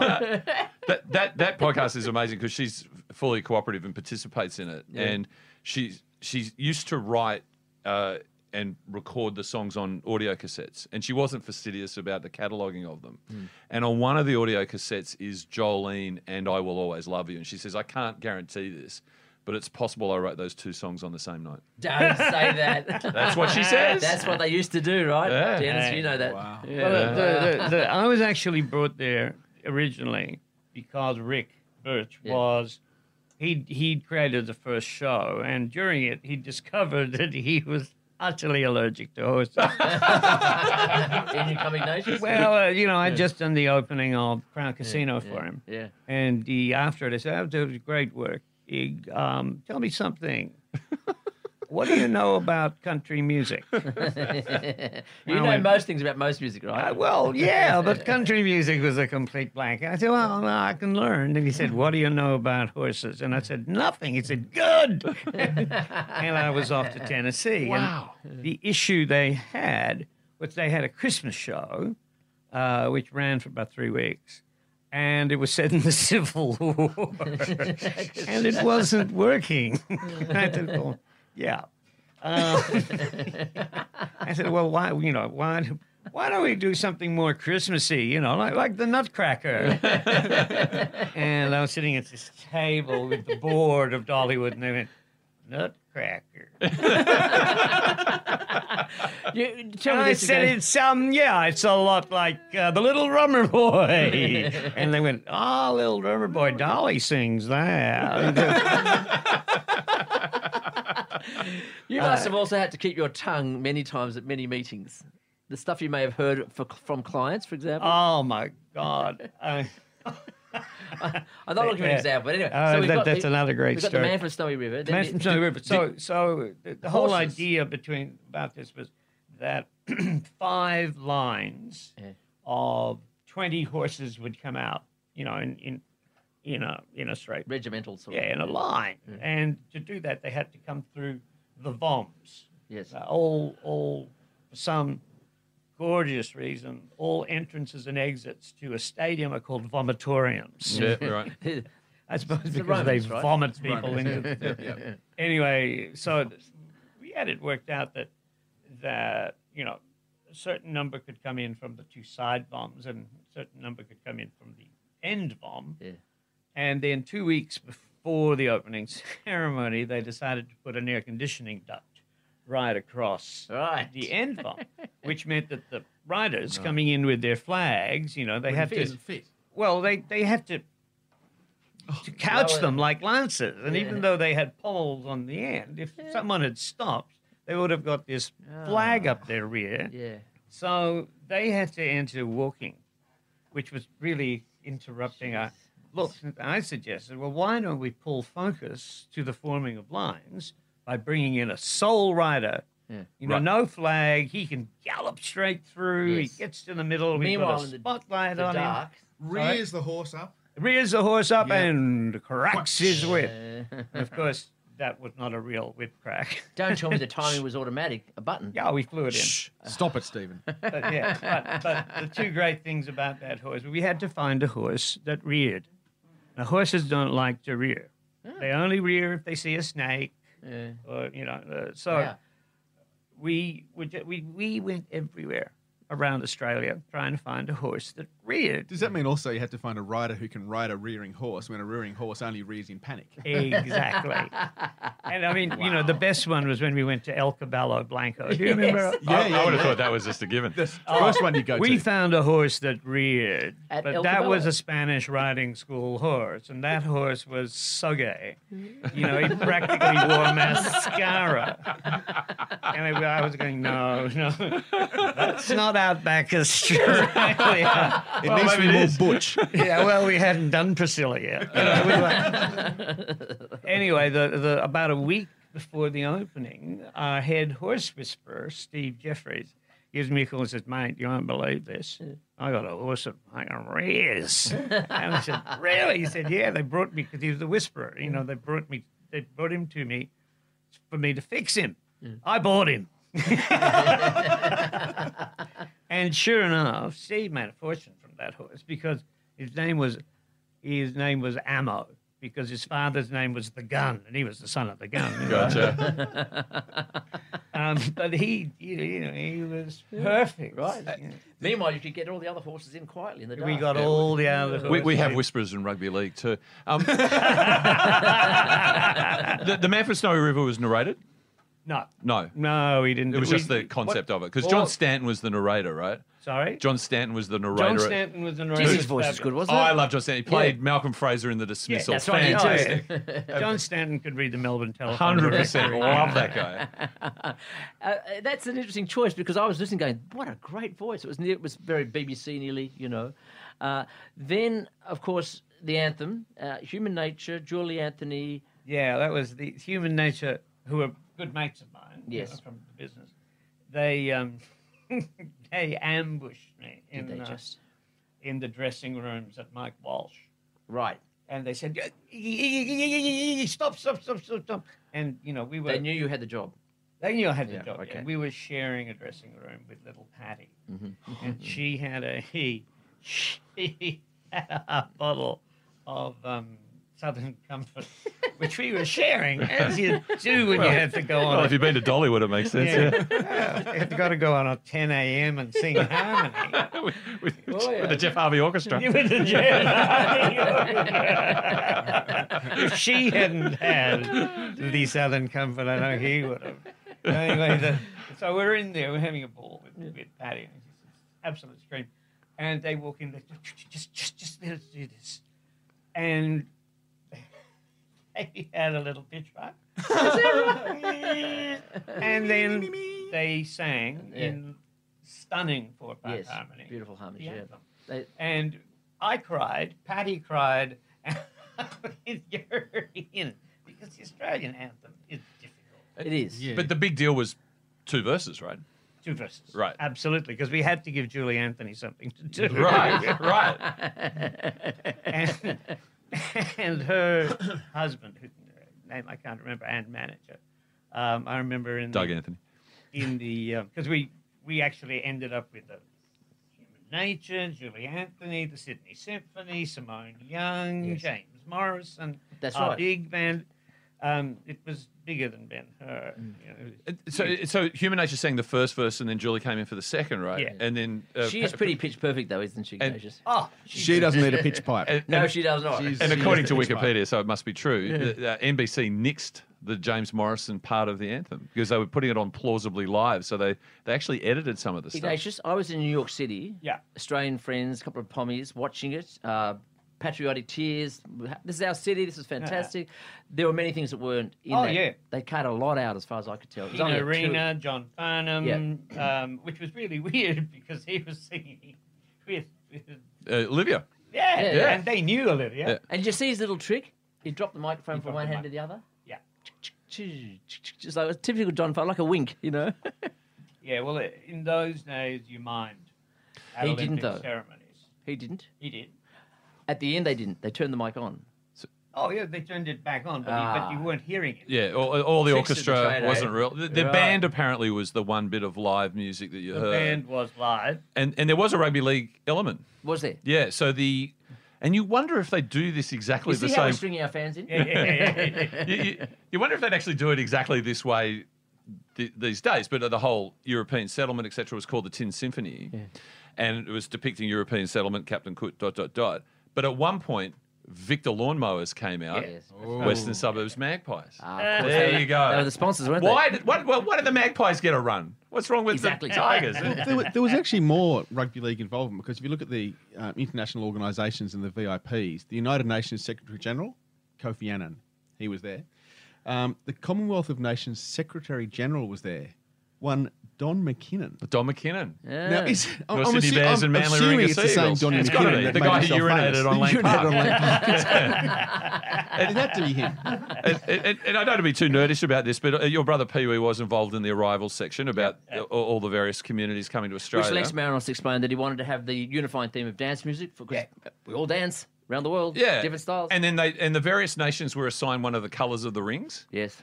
S6: that that that podcast is amazing because she's fully cooperative and participates in it, and she's she's used to write uh, and record the songs on audio cassettes, and she wasn't fastidious about the cataloging of them.
S5: Mm.
S6: And on one of the audio cassettes is Jolene and I Will Always Love You, and she says I can't guarantee this, but it's possible I wrote those two songs on the same night.
S3: Don't say that.
S6: That's what she says.
S3: That's what they used to do, right?
S6: Yeah.
S3: Dennis, you know that.
S4: Wow.
S3: Yeah.
S5: Well, the, the, the, I was actually brought there originally because Rick Birch
S3: Yeah.
S5: was he he created the first show, and during it he discovered [LAUGHS] that he was utterly allergic to
S3: [LAUGHS]
S5: horses.
S3: In your coming nations.
S5: well, uh, you know, I'd just done the opening of Crown Casino
S3: yeah,
S5: for him,
S3: Yeah.
S5: and
S3: [LAUGHS]
S5: the after it, I said, "Oh, that was great work. He, um, tell me something." What do you know about
S3: [LAUGHS]
S5: country music?
S3: You
S5: I
S3: know
S5: went-
S3: most things about most music, right?
S5: Uh, well, yeah, but country music was a complete blank. And I said, Well, no, I can learn. And he said, What do you know about horses? And I said, Nothing. He said, Good. [LAUGHS] and I was off to Tennessee. Wow. the issue they had was they had a Christmas show, uh, which ran for about three weeks. And it was set in the [LAUGHS] Civil War. and it wasn't working. [LAUGHS] I said, well, yeah. I said, well, why, you know, why, why don't we do something more Christmassy, you know, like, like
S3: [LAUGHS]
S5: the Nutcracker? and I was sitting at this table with the board of Dollywood, and they went, Nutcracker.
S3: you, tell
S5: And
S3: me
S5: I
S3: this
S5: said,
S3: again.
S5: it's, um, yeah, it's a lot like uh, The Little Drummer Boy. and they went, oh, Little Drummer Boy, Dolly sings that.
S3: You
S5: Uh,
S3: must have also had to keep your tongue many times at many meetings. The stuff you may have heard for, from clients, for example.
S5: oh, my God. Uh,
S3: I'm not looking for an
S5: yeah.
S3: example, but anyway.
S5: Uh,
S3: we've
S5: that-
S3: the-
S5: that's another great
S3: we've got
S5: story.
S3: the man from Snowy River. then
S5: Man
S3: the-
S5: from Snowy River. So, so the, the whole
S3: horses.
S5: idea between about this was that [CLEARS THROAT] five lines
S3: Yeah.
S5: of twenty horses would come out, you know, in in in a in a straight,
S3: regimental sort
S5: yeah,
S3: of.
S5: in a line. And to do that, they had to come through the VOMs.
S3: Yes.
S5: Uh, all all for some gorgeous reason, all entrances and exits to a stadium are called vomitoriums. [LAUGHS]
S6: Yeah, right.
S5: I suppose because
S3: Romans,
S5: they
S3: right?
S5: vomit people into.
S3: [LAUGHS]
S5: The, Anyway, so th- we had it worked out that that you know a certain number could come in from the two side bombs, and a certain number could come in from the end bomb.
S3: Yeah.
S5: And then two weeks before the opening [LAUGHS] ceremony, they decided to put an air conditioning duct right across
S3: Right.
S5: the end
S3: [LAUGHS]
S5: bomb, which meant that the riders coming in with their flags, you know, they had to well, they they had to
S3: Oh,
S5: to couch
S3: Lower-
S5: them like lances, and even though they had poles on the end, if someone had stopped, they would have got this flag up their rear.
S3: Ah.
S5: [LAUGHS]
S3: Yeah.
S5: So they had to enter walking, which was really interrupting our look. I suggested, well, why don't we pull focus to the forming of lines by bringing in a sole rider?
S3: Yeah.
S5: You know,
S6: Right.
S5: no flag. He can gallop straight through.
S3: Yes.
S5: He gets to the middle. We
S3: Meanwhile,
S5: put a
S3: in the-
S5: spotlight
S3: The
S5: on him
S3: dark.
S4: Rears the horse up.
S5: rears the horse up
S4: Yeah.
S5: and cracks his whip. [LAUGHS]
S3: Uh,
S5: And of course, that was not a real whip crack. [LAUGHS]
S3: don't tell me the timing was automatic. A button.
S5: yeah, we flew it in.
S4: Shh. Stop it, Stephen.
S5: But yeah, but, but the two great things about that horse, we had to find a horse that reared. Now, horses don't like to rear. They only rear if they see a snake,
S3: Yeah.
S5: or you know. Uh, so
S3: Yeah.
S5: we, would ju- we we went everywhere around Australia trying to find a horse that reared.
S4: Does that mean also you have to find a rider who can ride a rearing horse when a rearing horse only rears in panic?
S5: Exactly. and I mean, you know, the best one was when we went to El Caballo Blanco. Do you remember?
S6: I, I would have thought that was just a given.
S4: First one you go
S5: We
S4: to.
S5: found a horse that reared,
S3: At
S5: but
S3: El
S5: that was
S3: Caballo.
S5: a Spanish riding school horse, and that horse was so gay.
S3: Mm.
S5: You know, he practically wore
S3: [LAUGHS]
S5: mascara. And I, I was going, no, no, that's not Outback Australia.
S4: it needs to be more butch.
S5: [LAUGHS] yeah, well, we hadn't done Priscilla yet. You know, we were- anyway, the, the about a week before the opening, our head horse whisperer, Steve Jeffries, gives me a call and says, Mate, you won't believe this. I got a horse of my rears. and I said, Really? He said, Yeah, they brought me because he was the whisperer. You know, they brought me, they brought him to me for me to fix him. I bought him. [LAUGHS] And sure enough, Steve made a fortune from that horse because his name was his name was Ammo because his father's name was the Gun and he was the son of the Gun. you know.
S6: Gotcha.
S5: Um, but he, you know, he was perfect.
S3: Right.
S5: You know.
S3: Meanwhile, you could get all the other horses in quietly in the dark.
S5: Uh, We got all the other.
S6: We, we have
S5: horses.
S6: whisperers in rugby league too. Um, the, the Man from Snowy River was narrated.
S5: no,
S6: No,
S5: no, we didn't.
S6: it was
S5: we-
S6: just the concept of it because
S5: well-
S6: John Stanton was the narrator, right?
S5: Sorry,
S6: John Stanton was the narrator.
S5: John Stanton was the narrator.
S3: His voice is good,
S6: Oh,
S3: wasn't it?
S6: I love John Stanton. He played Malcolm Fraser in The Dismissal.
S3: that's right, he did. [LAUGHS]
S6: Fantastic.
S5: John Stanton could read the Melbourne Telephone.
S6: Hundred percent love that guy.
S3: Uh, uh, that's an interesting choice because I was listening, going, "What a great voice!" It was near, it was very BBC nearly, you know. Uh, then, of course, the anthem, uh, "Human Nature," Julie Anthony.
S5: Yeah, that was the human nature who were good mates of mine, you
S3: Yes.
S5: know, from the business, they um, [LAUGHS] they ambushed me in
S3: Did they
S5: the,
S3: just
S5: in the dressing rooms at Mike Walsh,
S3: right?
S5: and they said, "Yeah, yeah, yeah, yeah, yeah, yeah, yeah, stop, stop, stop, stop, stop, and you know we were
S3: They knew you had the job.
S5: they knew I had the
S3: Yeah,
S5: dog.
S3: okay.
S5: And we were sharing a dressing room with little Patty, and she had a [LAUGHS] he, she had a bottle of um, Southern Comfort, which we were sharing, as you do when you have to go on.
S6: Well,
S5: a-
S6: if you've been to Dollywood, it makes sense. Yeah.
S5: [LAUGHS] Yeah. you have got to go on at 10 a.m. and sing harmony.
S6: with, with-
S3: Oh, yeah.
S6: with the Jeff Harvey Orchestra.
S5: [LAUGHS] You went to jail. if she hadn't had the Southern Comfort, I know he would have. Anyway, the, so we're in there, we're having a ball with, with Patty, and she's an absolute scream. And they walk in, they just, just, just let us do this. And [LAUGHS] they had a little
S3: [LAUGHS]
S5: pitchfork. and then they sang
S3: Yeah.
S5: in stunning four-part
S3: yes,
S5: harmony.
S3: beautiful harmony.
S5: The
S3: Yeah.
S5: anthem
S3: They,
S5: and I cried. Patty cried. [LAUGHS] and you're in because the Australian anthem is difficult.
S3: it is.
S4: Yeah.
S6: But the big deal was two verses, right?
S5: Two verses,
S6: Right.
S5: Absolutely, because we had to give Julie Anthony something to do, [LAUGHS]
S6: Right, right.
S5: and, and her husband, whose name I can't remember, and manager. Um, I remember in
S6: Doug
S5: the,
S6: Anthony.
S5: in the because we we actually ended up with the Human Nature, Julie Anthony, the Sydney Symphony, Simone Young,
S3: Yes.
S5: James Morrison.
S3: That's
S5: our
S3: right.
S5: Big band. Um, it was bigger than Ben Hur.
S3: Mm.
S5: you know.
S6: So, so Human Nature sang the first verse, and then Julie came in for the second, right?
S5: Yeah.
S6: And then uh,
S3: She is
S6: Pa-
S3: pretty pitch perfect, though, isn't she,
S6: And-
S3: Ignatius?
S5: Oh,
S4: She doesn't need a pitch
S6: [LAUGHS]
S4: pipe.
S6: And,
S3: No,
S6: and-
S3: she does not.
S4: She's-
S6: and
S4: she
S6: according
S4: is
S6: to
S4: the pitch pipe.
S6: Wikipedia, so it must be true. The, uh, NBC nixed the James Morrison part of the anthem because they were putting it on plausibly live. So they they actually edited some of the stuff.
S3: Ignatius, I was in New York City.
S5: Yeah.
S3: Australian friends, a couple of pommies watching it. Uh, patriotic tears. This is our city. This is fantastic. There were many things that weren't in
S5: Oh,
S3: that.
S5: yeah.
S3: They cut a lot out, as far as I could tell. It was only
S5: Gina
S3: a two-
S5: Arena, John Farnham, um, which was really [LAUGHS] weird because he was singing with, with
S6: Uh, Olivia,
S5: yeah,
S3: Yeah, yeah.
S5: and they knew Olivia.
S6: Yeah.
S3: And did you see his little trick? He dropped the microphone from
S5: dropped
S3: one
S5: the
S3: hand
S5: mic.
S3: to the other.
S5: Yeah.
S3: Just like a typical John Farr, like a wink, you know. [LAUGHS]
S5: Yeah, well, in those days, you mined. at
S3: He didn't,
S5: Olympic
S3: though.
S5: Ceremonies.
S3: he didn't.
S5: He did.
S3: At the end, they didn't. They turned the mic on.
S5: Oh yeah, they turned it back on, but, you, but
S3: Ah.
S5: you weren't hearing it.
S6: yeah, all, all the
S3: Fixed it to
S6: orchestra
S3: trade, eh?
S6: wasn't real. The, the
S3: Right.
S6: band apparently was the one bit of live music that you
S5: The
S3: Uh.
S6: heard,
S5: band was live.
S6: and and there was a rugby league element.
S3: Was there?
S6: Yeah, so the and you wonder if they do this exactly
S3: You
S6: the
S3: see how we're
S6: same.
S3: stringing our fans in?
S5: Yeah, yeah, yeah, [LAUGHS] yeah, yeah.
S6: you, you, you wonder if they'd actually do it exactly this way th- these days. But the whole European settlement, etc., was called the Tin Symphony, and it was depicting European settlement, Captain Cook, dot dot dot. But at one point, Victor Lawnmowers came out,
S3: Yes.
S6: Western Suburbs Magpies.
S3: Ah, of course,
S6: there
S3: they-
S6: you go.
S3: They were the sponsors, weren't
S6: why did why, well, why did the Magpies get a run? What's wrong with
S3: Exactly. [LAUGHS]
S6: the Tigers?
S4: there, wa- there was actually more rugby league involvement because if you look at the um, international organisations and the VIPs, the United Nations Secretary General, Kofi Annan, he was there. Um, the Commonwealth of Nations Secretary General was there. One Don McKinnon.
S6: Don McKinnon.
S3: they? Yeah.
S4: Now, is, I'm,
S6: Your
S4: I'm,
S6: Sydney
S4: assu-
S6: Bears
S4: I'm
S6: and Manly
S4: assuming
S6: Warringah
S4: it's the same
S6: Seagulls.
S4: Don
S6: It's
S4: McKinnon.
S6: gotta be.
S4: that
S6: The
S4: made
S6: guy who
S4: himself
S6: urinated
S4: famous.
S6: on Lane
S4: Urinated
S6: Park.
S4: on
S6: [LAUGHS]
S4: Lane
S3: [LAUGHS]
S4: Park. It had to be him.
S6: and, and, and I don't want to be too nerdish about this, but uh, your brother Pee Wee was involved in the arrival section about uh, all, all the various communities coming to
S3: Which
S6: Australia.
S3: Lex Marinos explained that he wanted to have the unifying theme of dance music because we all dance around the world,
S6: yeah,
S3: different styles.
S6: And then they and the various nations were assigned one of the colours of the rings.
S3: yes,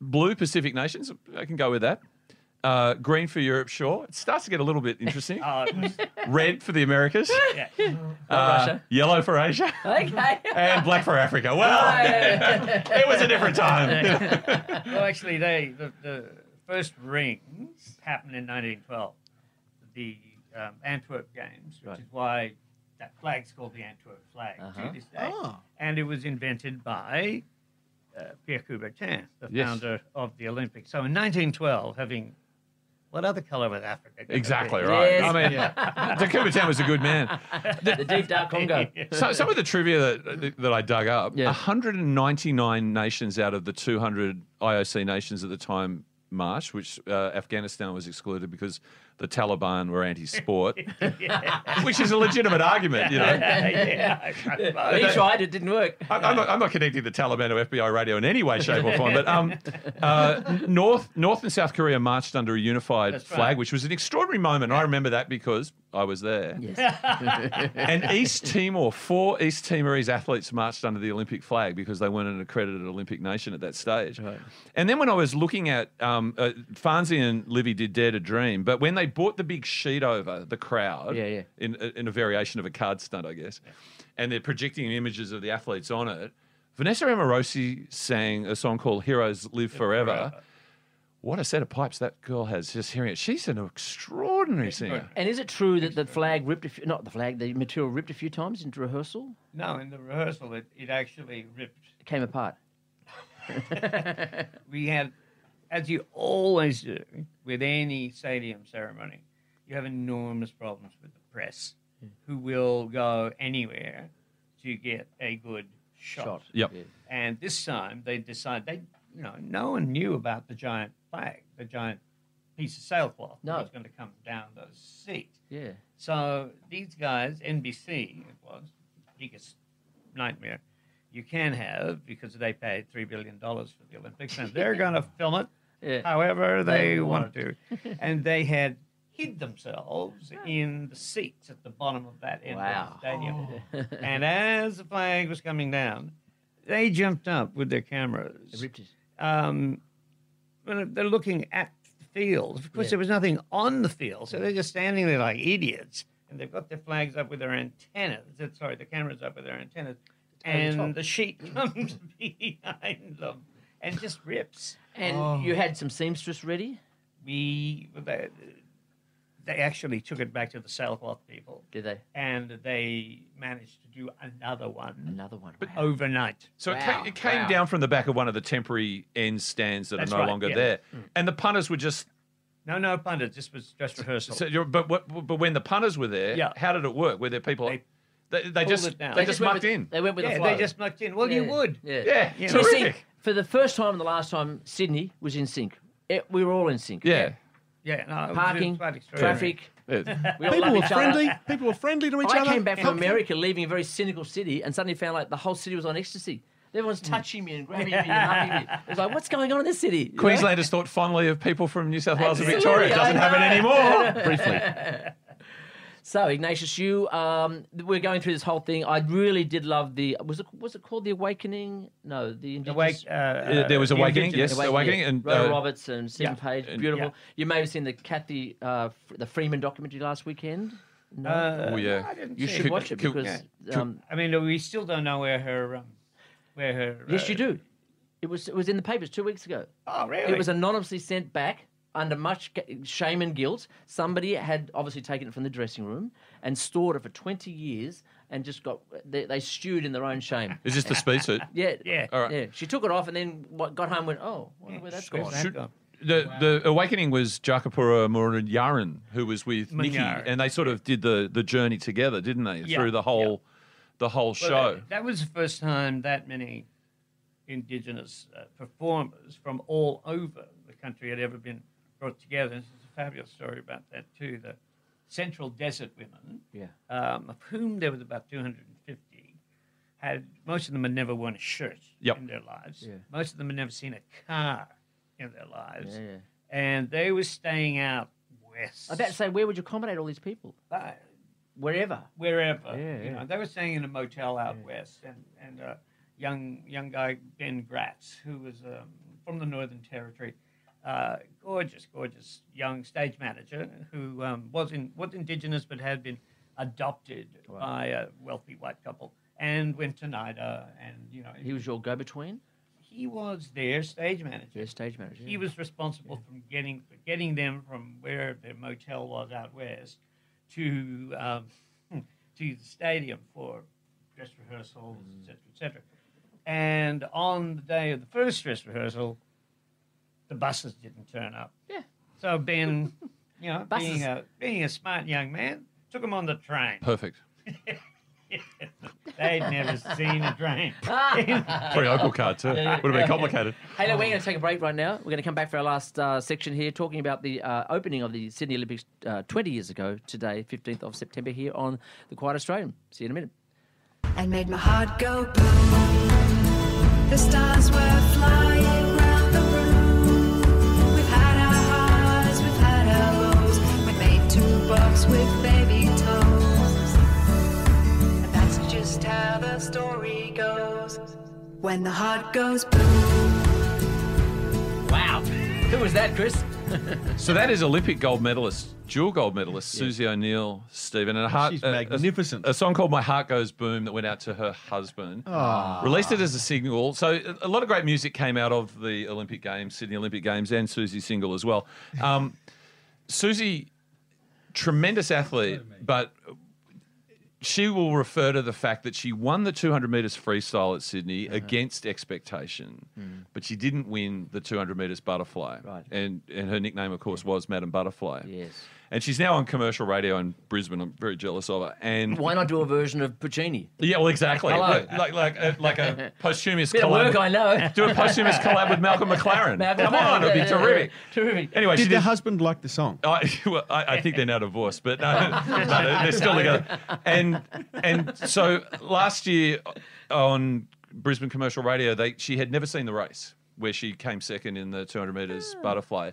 S6: Blue Pacific nations, I can go with that. Uh, green for Europe, sure. It starts to get a little bit interesting.
S5: Oh, it was-
S6: Red for
S3: [LAUGHS]
S6: the Americas,
S5: yeah.
S6: uh,
S3: Russia.
S6: yellow for Asia,
S3: Okay.
S6: and black for Africa. Well,
S3: Right.
S6: [LAUGHS] it was a different time.
S3: [LAUGHS]
S5: Well, actually, they the, the first rings happened in 1912, the um, Antwerp Games, which
S3: Right.
S5: is why that flag's called the Antwerp flag
S3: Uh-huh.
S5: to this day.
S4: Ah.
S5: And it was invented by uh, Pierre Coubertin, the
S6: Yes.
S5: founder of the Olympics. So in 1912, having what other color was Africa? gonna be?
S6: exactly right.
S3: Yes.
S6: I mean, the Cooper Town was a good man.
S3: [LAUGHS] the deep dark
S5: [LAUGHS]
S3: Congo.
S6: So, some of the trivia that, that I dug up
S3: Yeah.
S6: 199 nations out of the 200 IOC nations at the time marched, which uh, Afghanistan was excluded because the Taliban were anti-sport, which is a legitimate argument, you
S5: [LAUGHS]
S6: know.
S3: [LAUGHS]
S5: yeah, I
S3: He tried, it didn't work.
S6: I- I'm not, I'm not connecting the Taliban to FBI radio in any way, shape, or form. But um, uh, North North and South Korea marched under a unified flag, which was an extraordinary moment. I remember that because I was there. and East Timor, four East Timorese athletes marched under the Olympic flag because they weren't an accredited Olympic nation at that stage. And then when I was looking at um, uh, Farnsey and Livy did Dare to Dream, but when they brought the big sheet over the crowd,
S3: Yeah, yeah.
S6: in uh, in a variation of a card stunt, I guess. And they're projecting images of the athletes on it. Vanessa Amorosi sang a song called "Heroes Live Forever." What a set of pipes that girl has! Just hearing it, she's an extraordinary singer.
S3: And is it true that the flag ripped a few, not the flag, the material ripped a few times into rehearsal?
S5: no, in the rehearsal, it, it actually ripped.
S3: It came apart.
S5: We had, as you always do with any stadium ceremony, you have enormous problems with the press, who will go anywhere to get a good shot.
S6: Yep.
S5: And this time they decided they, you know, no one knew about the giant flag, the giant piece of sailcloth
S3: No.
S5: that was going to come down those seats.
S3: Yeah.
S5: So these guys, NBC, it was biggest nightmare you can have because they paid three billion dollars for the Olympics and they're [LAUGHS] going to film it
S3: Yeah.
S5: however they,
S3: They
S5: want to, Oh. and they had hid themselves in the seats at the bottom of that end of
S3: Wow.
S5: the [LAUGHS] stadium. and as the flag was coming down, they jumped up with their cameras
S3: It ripped it.
S5: um, well, they're looking at the field. Of course,
S3: Yeah.
S5: there was nothing on the field, so they're just standing there like idiots. And they've got their flags up with their antennas. uh, Sorry, the cameras up with their antennas, and
S3: top.
S5: the sheet [LAUGHS] comes behind them and just rips.
S3: And
S5: Oh.
S3: you had some seamstress ready?
S5: We they, they actually took it back to the sailcloth people,
S3: Did they?
S5: and they managed to do another one
S3: Another one. Wow.
S6: oh,
S5: overnight.
S6: So it
S3: Wow,
S6: came, it came
S3: wow.
S6: down from the back of one of the temporary end stands that
S5: That's
S6: are no
S5: right,
S6: longer
S5: yeah. Mm.
S6: there, and the punters were just.
S5: No, no, pundits. This was just rehearsal.
S6: So you're, but what, but when the punters were there,
S5: Yeah.
S6: how did it work? Were there people? They,
S5: They
S6: they,
S5: pulled
S6: just
S5: it down.
S6: they
S5: They
S6: just
S3: went
S6: mucked
S3: with-
S6: in.
S3: They went with the
S5: yeah,
S3: flow.
S5: they just mucked in. Well, you
S3: Yeah.
S5: would.
S3: Yeah.
S6: Yeah,
S5: You
S3: So you see,
S6: terrific.
S3: for the first time and the last time, Sydney was in sync. It, we were all in sync.
S6: Yeah.
S5: Yeah, no, it was- it was
S3: Parking,
S5: quite extraordinary.
S3: traffic.
S5: [LAUGHS]
S6: Yeah.
S3: We all
S4: People
S3: love
S4: were
S3: each
S4: friendly.
S3: Other.
S4: People were friendly to each
S3: I
S4: other.
S3: came back from
S4: helpful.
S3: America, leaving a very cynical city, and suddenly found like the whole city was on ecstasy. Everyone's
S4: Mm.
S3: touching me and grabbing me and hugging me.
S4: [LAUGHS]
S3: It was like, what's going on in this city? You know?
S6: Queenslanders thought fondly of people from New South Wales and
S3: Absolutely,
S6: Victoria. It
S3: I
S6: doesn't happen
S3: know. [LAUGHS]
S6: anymore.
S4: briefly.
S3: So Ignatius, you um, th- we're going through this whole thing. I really did love the was it was it called the Awakening? No, the
S5: The
S3: Indigenous.
S5: wake, uh, uh,
S6: there was
S5: the
S6: Awakening,
S5: Indigenous-
S6: yes. Awakening and,
S3: Rhoda
S6: uh,
S3: Roberts and Stephen
S5: yeah,
S3: Page,
S6: and-
S3: beautiful.
S5: yeah.
S3: You may have seen the Kathy uh, F- the Freeman documentary last weekend. No,
S5: Uh,
S6: Oh, yeah.
S5: I didn't
S3: you
S5: see
S3: should
S6: could-
S3: watch it
S6: could- uh,
S3: because um,
S5: I mean, we still don't know where her, um, where her.
S3: yes,
S5: uh,
S3: you do. It was it was in the papers two weeks ago.
S5: Oh, really?
S3: It was anonymously sent back under much g- shame and guilt. Somebody had obviously taken it from the dressing room and stored it for 20 years and just got, they, they stewed in their own
S6: [LAUGHS]
S3: shame.
S6: Is this the
S5: [LAUGHS]
S6: speed suit?
S3: Yeah.
S5: Yeah.
S6: All right.
S3: Yeah. She took it off and then what, got home and went, oh, wonder where that's
S5: Sure.
S3: gone.
S5: That
S6: Should-
S5: guy.
S6: The, the awakening was Jakapura Murunayaran, who was with Nikki,
S5: Munyaran.
S6: and they sort of did the, the journey together, didn't they?
S5: Yeah,
S6: Through the whole the whole
S5: Well,
S6: show.
S5: uh, That, that was the first time that many indigenous uh, performers from all over the country had ever been brought together. And there's a fabulous story about that too. The Central Desert women,
S3: Yeah.
S5: um, of whom there was about 250, had most of them had never worn a shirt
S6: Yep.
S5: in their lives.
S3: Yeah.
S5: Most of them had never seen a car in their lives,
S3: Yeah, yeah.
S5: and they were staying out west.
S3: I was about to say, where would you accommodate all these people?
S5: Uh,
S3: Wherever.
S5: wherever.
S3: Yeah,
S5: you
S3: yeah.
S5: Know, they were staying in a motel out west, and and a young young guy Ben Gratz, who was um, from the Northern Territory, uh, gorgeous, gorgeous young stage manager who um, was in was indigenous but had been adopted by a wealthy white couple, and went to NIDA, and you know
S3: He was your go-between,
S5: he was their stage manager.
S3: their stage manager.
S5: He was responsible from getting for getting them from where their motel was out west to um, to the stadium for dress rehearsals, etc., etc. And on the day of the first dress rehearsal, the buses didn't turn up.
S3: Yeah. [LAUGHS]
S5: So Ben, you know,
S3: Buses.
S5: being a being a smart young man, took him on the train.
S6: Perfect.
S5: They'd never seen a drain.
S6: Free Opal card too. Would have been complicated.
S3: Hey, look, we're going to take a break right now. We're going to come back for our last uh, section here, talking about the uh, opening of the Sydney Olympics uh, 20 years ago today, 15th of September, here on The Quiet Australian. See you in a minute.
S9: and made my heart go boom. The stars were flying round the room. We've had our highs, we've had our lows. We made two bucks with baby toes. And that's just how the story goes. When the heart goes boom.
S3: Wow. Who was that, Chris?
S6: So that is Olympic gold medalist, dual gold medalist, Susie O'Neill, Stephen, and a heart.
S4: She's
S6: a- a-
S4: magnificent.
S6: A, song called "My Heart Goes Boom" that went out to her husband. Released it as a single. So a- a lot of great music came out of the Olympic Games, Sydney Olympic Games, and Susie's single as well. Um, Susie, tremendous athlete, but she will refer to the fact that she won the 200 meters freestyle at Sydney
S3: Uh-huh.
S6: against expectation, but she didn't win the 200 meters butterfly.
S3: Hmm. Right.
S6: And and her nickname, of course, was Madam Butterfly.
S3: Yes.
S6: And she's now on commercial radio in Brisbane. I'm very jealous of her. And
S3: Why not do a version of Puccini?
S6: yeah, well, exactly.
S3: Hello.
S6: Like like like a,
S3: [LAUGHS]
S6: like a posthumous
S3: Bit of
S6: collab.
S3: work, I [LAUGHS] know.
S6: Do a posthumous collab
S3: [LAUGHS]
S6: with Malcolm McLaren. Come on, it'd be terrific.
S3: Terrific.
S6: Anyway, she
S4: Did the
S6: did
S4: husband like the song?
S6: I, [LAUGHS] well, I, I think they're now divorced, but no, [LAUGHS] no, they're still together. And and so last year on Brisbane Commercial Radio, they she had never seen the race where she came second in the 200 meters butterfly,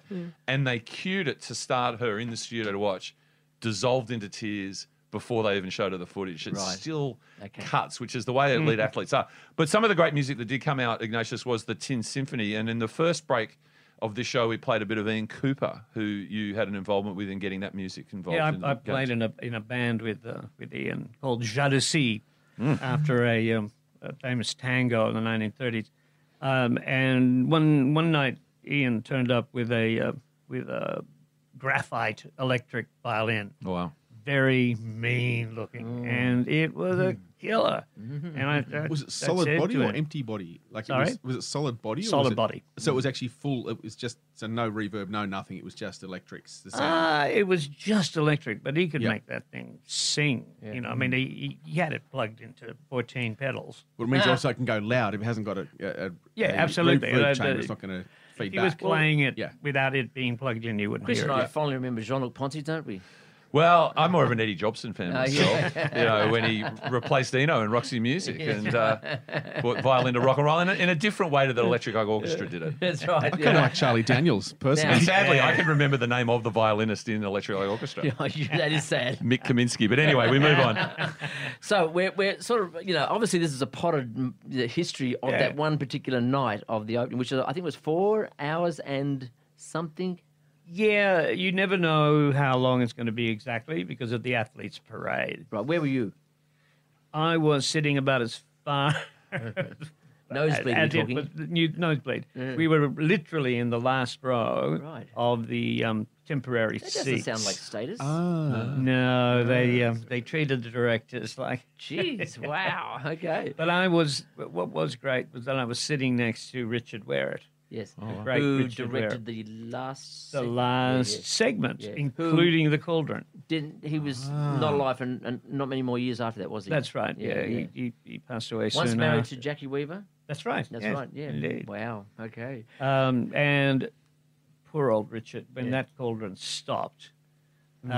S6: and they cued it to start her in the studio to watch, dissolved into tears before they even showed her the footage. It still cuts, which is the way elite
S3: Mm.
S6: athletes are. But some of the great music that did come out, Ignatius, was the Tin Symphony, and in the first break of this show, we played a bit of Ian Cooper, who you had an involvement with in getting that music involved.
S5: Yeah,
S6: in the
S5: I, I played in
S6: games.
S5: a in a band with uh, with Ian called Jalousie,
S4: Hmm.
S5: after a, um, a famous tango in the 1930s. Um, and one one night, Ian turned up with a uh, with a graphite electric violin,
S6: Oh, wow.
S5: very mean looking, and it was a killer. And I, I
S4: Oh. Hmm. [LAUGHS] Was it
S5: I
S4: solid
S5: said
S4: body
S5: to
S4: or
S5: him,
S4: empty body? Like,
S5: Sorry?
S4: It was, was it solid body? or was
S5: Solid
S4: it-
S5: body.
S4: So it was actually full. It was just so no reverb, no nothing. It was just electrics. The sound.
S3: Ah,
S5: Uh, it was just electric, but he could
S4: Yeah. Hmm.
S5: make that thing sing. You know, I mean, he, he had it plugged into 14 pedals.
S4: But it
S3: ah.
S4: means also it can go loud if it hasn't got a, a, a
S5: Yeah,
S4: a
S5: absolutely.
S4: reverb
S5: Uh,
S4: chamber,
S5: the-
S4: it's not going to feed
S5: He
S4: back.
S5: was playing it
S4: yeah.
S5: without it being plugged in. You wouldn't
S3: Chris
S5: hear
S3: and
S5: it.
S3: I fondly remember Jean-Luc Ponty, don't we?
S6: Well, I'm more of an Eddie Jobson fan
S3: Oh,
S6: myself.
S3: yeah. [LAUGHS]
S6: You know, when he replaced Eno and Roxy Music and uh, brought violin to rock and roll in a, in a different way to the Electric Eye Orchestra did it.
S3: That's [LAUGHS] right.
S4: Kind of like Charlie
S5: [LAUGHS]
S4: Daniels, personally.
S6: And sadly, I can remember the name of the violinist in the Electric Eye Orchestra.
S3: [LAUGHS] that is sad.
S6: Mick Kaminsky. But anyway, we move on.
S3: So we're, we're sort of, you know, obviously this is a potted mm, the history of
S5: Yeah.
S3: that one particular night of the opening, which is, I think was four hours and something.
S5: Yeah, you never know how long it's going to be exactly because of the athletes' parade.
S3: Right, where were you?
S5: I was sitting about as far
S3: Nosebleed,
S5: [LAUGHS] as
S3: you're
S5: it
S3: talking.
S5: was new nosebleed. We were literally in the last row
S3: Right.
S5: of the um, temporary
S3: that doesn't
S5: seats.
S3: sound like status.
S4: [LAUGHS]
S5: Uh,
S4: Ah.
S5: no, they um, they treated the directors like [LAUGHS]
S3: Jeez, wow. Okay.
S5: But I was, what was great was that I was sitting next to Richard Werrett,
S3: Yes.
S5: Oh, Great
S3: Who
S5: Richard
S3: directed the last?
S5: the
S3: sec-
S5: last
S3: yeah, yeah.
S5: segment,
S3: Yeah. Who-
S5: including the cauldron.
S3: Didn't he was not alive and, and not many more years after that, was he?
S5: Ah. That's right. Yeah,
S3: yeah.
S5: He, he, he passed away
S3: Once
S5: soon.
S3: married
S5: after.
S3: to Jackie Weaver.
S5: That's right.
S3: That's
S5: yes,
S3: right. Yeah.
S5: Indeed.
S3: Wow. Okay.
S5: Um, and poor old Richard, when
S3: Yeah.
S5: that cauldron stopped, um,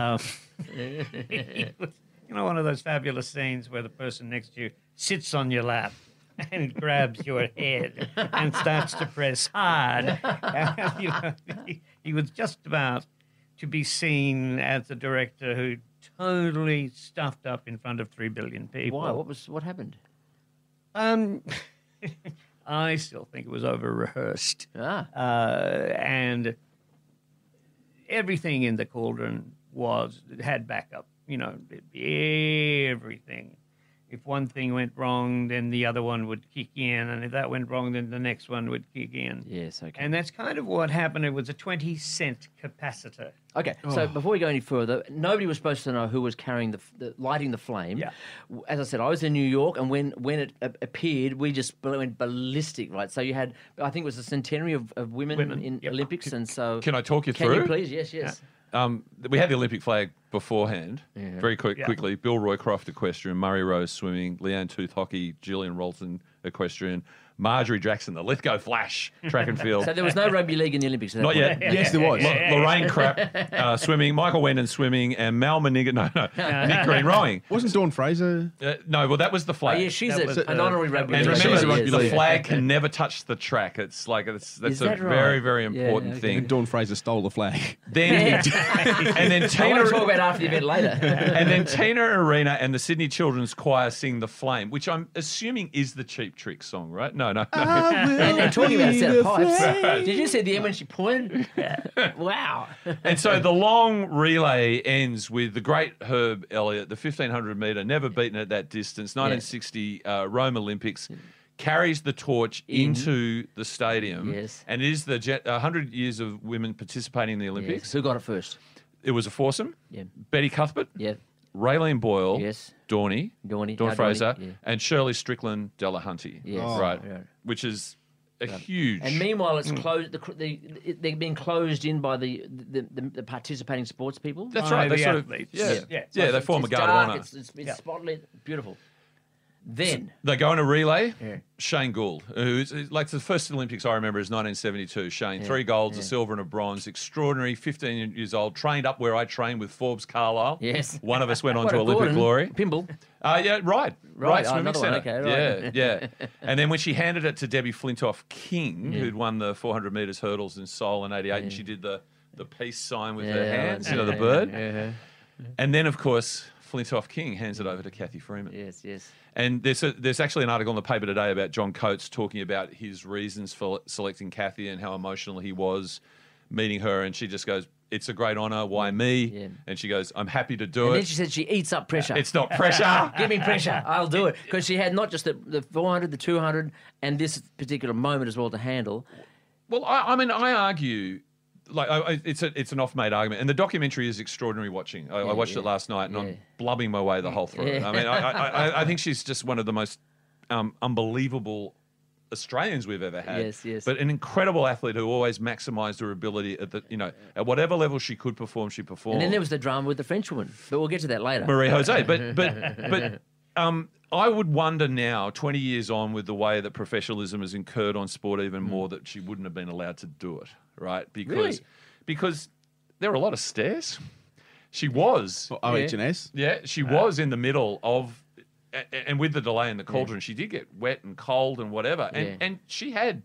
S3: Mm. [LAUGHS]
S5: [LAUGHS] you know, one of those fabulous scenes where the person next to you sits on your lap [LAUGHS] and grabs your head and starts to press hard. [LAUGHS] You know, he, he was just about to be seen as the director who totally stuffed up in front of three billion people.
S3: Why? What was? What happened?
S5: Um, I still think it was over rehearsed
S3: Ah.
S5: uh, and everything in the cauldron was had backup. You know, everything. If one thing went wrong, then the other one would kick in, and if that went wrong, then the next one would kick in.
S3: Yes. Okay.
S5: And that's kind of what happened. It was a twenty cent capacitor.
S3: Okay, so before we go any further, nobody was supposed to know who was carrying the, f- the lighting the flame.
S5: Yeah.
S3: W- As I said, I was in New York, and when when it a- appeared, we just bl- went ballistic, right? So you had, I think it was the centenary of, of women,
S5: Women,
S3: in
S5: yep.
S3: Olympics, and so
S6: Can I talk you
S3: can
S6: through?
S3: you please? Yes, yes.
S6: Um, we had the Olympic flag beforehand. Very quick,
S5: Yeah.
S6: quickly. Bill Roycroft equestrian, Murray Rose swimming, Leanne Tooth hockey, Gillian Rolton equestrian, Marjorie Jackson the Lithgow Flash track and field.
S3: [LAUGHS] So there was no rugby league in the Olympics. at that
S6: Not
S3: point.
S6: yet.
S4: Yes, there was.
S6: Lo-
S3: [LAUGHS]
S6: Lorraine Crapp uh, swimming, Michael Wendon swimming, and Mal Meniga. [LAUGHS] No,
S3: Uh-huh.
S6: no, Nick Green rowing.
S4: Wasn't Dawn Fraser?
S6: Uh, no, well, that was the
S3: Oh,
S6: flag.
S3: yeah, she's
S5: That
S3: a,
S5: was,
S3: an
S5: uh,
S3: honorary
S5: that
S3: rugby
S6: and
S3: league.
S4: was-
S6: remember,
S4: She's a rugby
S3: Yes.
S6: the
S4: league.
S6: flag can never touch the track. It's like it's, that's
S3: Is
S6: a
S3: that right?
S6: very, very
S3: Yeah,
S6: important
S3: okay.
S6: thing.
S4: Dawn Fraser stole
S3: [LAUGHS]
S4: the flag.
S6: Then, [LAUGHS] and then
S3: I
S6: Tina
S3: want to talk about it after the event later.
S6: and then Tina Arena and the Sydney Children's Choir sing "The Flame," which I'm assuming is the Cheap Trick song, right? No, no, no.
S3: Ah. and they're talking about a set
S4: the
S3: of pipes. Did you see the end when she pointed? [LAUGHS] wow.
S6: and so the long relay ends with the great Herb Elliott, the 1500 meter, never beaten at that distance, 1960 uh, Rome Olympics. Carries the torch into the stadium,
S3: Yes.
S6: and it is the jet, 100 years of women participating in the
S3: Yes.
S6: Olympics.
S3: Who got it first?
S6: It was a foursome:
S3: Yeah.
S6: Betty Cuthbert,
S3: Yeah.
S6: Raylene Boyle,
S3: Yes.
S6: Dawny,
S3: Dawny.
S6: Dawn
S3: uh, Dawny,
S6: Fraser,
S3: yeah.
S6: and Shirley Strickland Delahunty.
S3: Yes. Oh.
S6: Right.
S3: Yeah.
S6: Which is a huge.
S3: And meanwhile, it's closed. The, cr- the, it- they're being closed in by the the, the, the participating sports people.
S6: that's
S5: Oh,
S6: right.
S5: the
S6: They sort of,
S5: athletes.
S6: yeah,
S5: Yeah.
S6: yeah,
S5: Yeah.
S3: So
S6: they
S3: it's-
S6: form a
S3: it's
S6: guard
S3: dark,
S6: of honor.
S3: It's, it's, it's
S5: Yeah.
S3: spotlit. Beautiful. Then
S6: They go in a relay.
S3: Yeah.
S6: Shane Gould, who's who's- like the first Olympics I remember is 1972. Shane, three golds, a silver and a bronze. Extraordinary, 15 years old, trained up where I trained with Forbes Carlisle.
S3: Yes.
S6: One of us went on
S3: what
S6: to
S3: a
S6: Olympic
S3: Gordon.
S6: glory.
S3: Pimble.
S6: Uh, yeah, right,
S3: Right,
S6: right,
S3: oh,
S6: swimming
S3: another one,
S6: centre.
S3: okay, right.
S6: Yeah,
S3: [LAUGHS]
S6: yeah. and then when she handed it to Debbie Flintoff King, who'd won the 400 metres hurdles in Seoul in '88, and she did the the peace sign with her
S3: Yeah,
S6: hands,
S3: I
S6: you know,
S3: know,
S6: the
S3: yeah,
S6: bird.
S3: yeah.
S6: And then, of course, Flintoff King hands it over to Kathy Freeman.
S3: Yes, yes.
S6: And there's a, there's actually an article in the paper today about John Coates talking about his reasons for selecting Kathy and how emotional he was meeting her, and she just goes, "It's a great honour. Why me?"
S3: Yeah.
S6: And she goes, "I'm happy to do
S3: And then
S6: it.
S3: she said she eats up pressure.
S6: It's
S3: [LAUGHS]
S6: not pressure."
S3: Give me pressure. I'll do it. Because she had not just the, the 400, the 200, and this particular moment as well to handle.
S6: Well, I, I mean, I argue, like, I, I- it's a, it's an off-made argument, and the documentary is extraordinary. Watching, I, I watched it
S3: yeah.
S6: last night, and
S3: Yeah.
S6: I'm blubbing my way the whole through. it.
S3: Yeah.
S6: I mean, I, I, I,
S3: [LAUGHS]
S6: I think she's just one of the most um, unbelievable Australians we've ever had.
S3: Yes, yes.
S6: But an incredible athlete who always maximised her ability at the, you know, at whatever level she could perform, she performed.
S3: And then there was the drama with the French woman. But we'll get to that later.
S6: Marie Jose. But
S3: [LAUGHS]
S6: but but um, I would wonder now, twenty years on, with the way that professionalism has incurred on sport even more, that she wouldn't have been allowed to do it, right? Because
S3: Hmm. Really?
S6: because there are a lot of stairs. She was,
S4: For OHS.
S6: yeah, she
S3: uh,
S6: was in the middle of. a- a- And with the delay in the cauldron, she did get wet and cold and whatever. And
S3: Yeah.
S6: and she had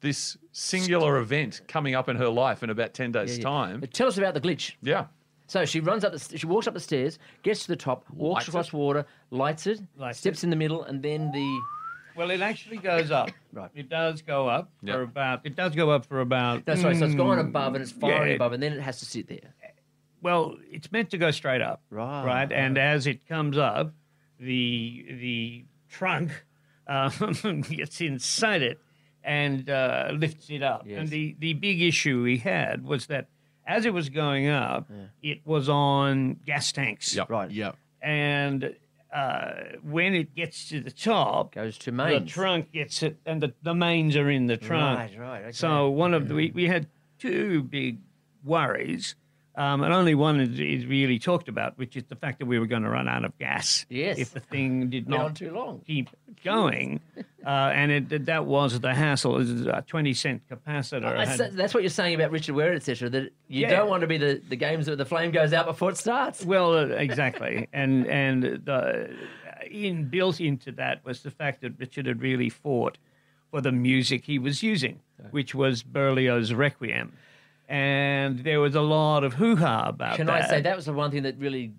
S6: this singular event coming up in her life in about ten days' time.
S3: But tell us about the glitch.
S6: yeah.
S3: So she runs up, the, st- she walks up the stairs, gets to the top, walks
S6: Lights
S3: across
S6: it.
S3: water, lights it,
S5: Lights
S3: steps
S5: it.
S3: in the middle, and then the.
S5: Well, it actually goes up.
S3: Right.
S5: It does go up
S6: Yeah.
S5: for about. It does go up for about. mm,
S3: No, sorry, so it's gone above and it's firing
S5: Hmm. Yeah.
S3: above, and then it has to sit there.
S5: Well, it's meant to go straight up.
S3: Right.
S5: Right. And as it comes up, the the trunk um, [LAUGHS] gets inside it and uh, lifts it up.
S3: Yes.
S5: And the the big issue we had was that as it was going up, it was on gas tanks.
S6: Yep.
S3: Right.
S4: Yeah.
S5: And uh, when it gets to the top,
S3: Goes to
S5: the
S3: mains.
S5: trunk gets it, and the, the mains are in the trunk.
S3: Right, right, okay.
S5: So one of the, we, we had two big worries, um, and only one is, is really talked about, which is the fact that we were going to run out of gas.
S3: Yes.
S5: If the thing did
S3: Went on
S5: not
S3: too long.
S5: keep
S3: [LAUGHS]
S5: going, uh, and it, that- that was the hassle. It was a twenty cent capacitor.
S3: That's,
S5: had-
S3: that's what you're saying about Richard Ware, etc. That you
S5: Yeah.
S3: don't want to be the, the games where the flame goes out before it starts.
S5: Well, uh, exactly, and and the in built into that was the fact that Richard had really fought for the music he was using, which was Berlioz's Requiem, and there was a lot of hoo ha about
S3: Can
S5: that.
S3: I say that was the one thing that really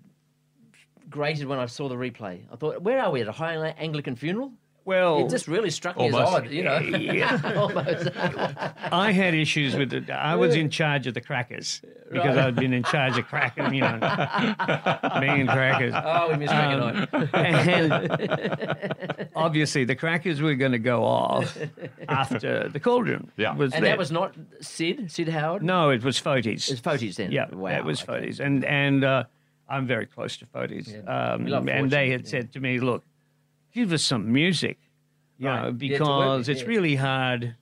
S3: grated when I saw the replay? I thought, where are we at a high Anglican funeral?
S5: Well,
S3: It just really struck me
S6: Almost.
S3: as odd, you know.
S5: Oh, [LAUGHS] yeah,
S3: [LAUGHS] Almost.
S5: I had issues with it. I was in charge of
S3: [LAUGHS]
S5: the crackers because I'd been in charge of cracking, you know, being crackers.
S3: Oh, we missed um,
S5: Um, and obviously, the crackers were going to go off after the cauldron.
S6: Yeah.
S3: And
S5: lit.
S3: that was not Sid, Sid Howard?
S5: no, it was Fotis.
S3: It's Fotis then.
S5: Yeah,
S3: Wow,
S5: it was
S3: okay.
S5: Fotis, and and uh, I'm very close to Fotis. Um,
S3: We love
S5: and they
S3: Fortune,
S5: had
S3: yeah.
S5: said to me, "Look, give us some music, you
S3: Right,
S5: know,
S3: yeah, to work with,
S5: because it's
S3: yeah.
S5: really hard.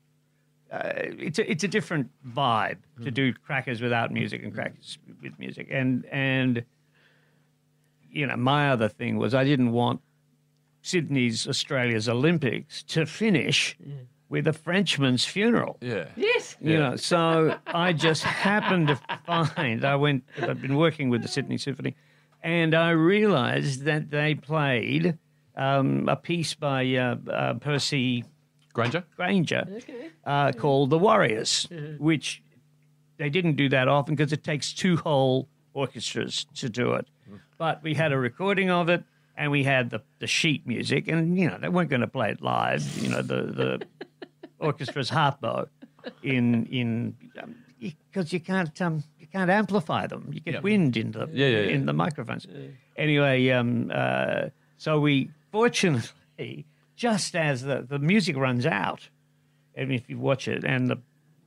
S5: Uh, it's a, it's a
S3: Hmm.
S5: different vibe to do crackers without music and crackers with music, and and you know, my other thing was I didn't want Sydney's Australia's Olympics to finish with a Frenchman's funeral.
S6: Yeah.
S3: Yes.
S5: You know, so I just happened to find I went. I've been working with the Sydney Symphony, and I realised that they played um, a piece by uh, uh, Percy
S6: Granger?
S5: Granger uh, called The Warriors,
S6: Mm-hmm.
S5: which they didn't do that often because it takes two whole orchestras to do it.
S6: Mm.
S5: But we had a recording of it and we had the, the sheet music, and you know, they weren't going to play it live, you know, the,
S6: [LAUGHS]
S5: the orchestra's harp bow in, in, because you can't, um, you can't amplify them. You get wind in the,
S6: Yeah, yeah, yeah.
S5: in the microphones. Anyway, um, uh, so we fortunately, just as the, the music runs out, I mean, if you watch it, and the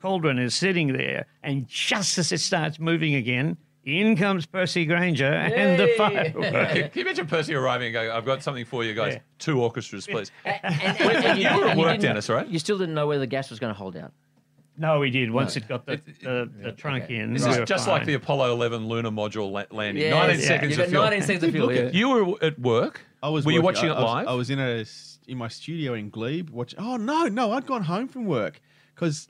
S5: cauldron is sitting there, and just as it starts moving again, in comes Percy Granger and the
S6: [LAUGHS]
S5: fireworks.
S6: Can you imagine Percy arriving and going, I've got something for you guys?
S5: Yeah.
S6: Two orchestras,
S3: [LAUGHS]
S6: please.
S3: And, and- and
S6: You were at
S3: and
S6: work,
S3: didn't-
S6: Dennis, right?
S3: You still didn't know whether the gas was going to hold out.
S5: No, we did. Once it got the, the, the trunk in,
S6: This
S5: we
S6: is
S5: were
S6: just like
S5: fine. [LAUGHS]
S6: the Apollo 11 lunar module la- landing.
S3: Yes.
S6: 19
S3: Yeah.
S6: seconds
S3: You
S6: of
S3: got
S6: fuel.
S3: 19 seconds of fuel. yeah.
S6: You were at work.
S4: I was.
S6: Were you
S4: working-
S6: watching
S4: I-
S6: it
S4: I was-
S6: live?
S4: I was in a s- in my studio in Glebe watching. Oh no, no! I'd gone home from work because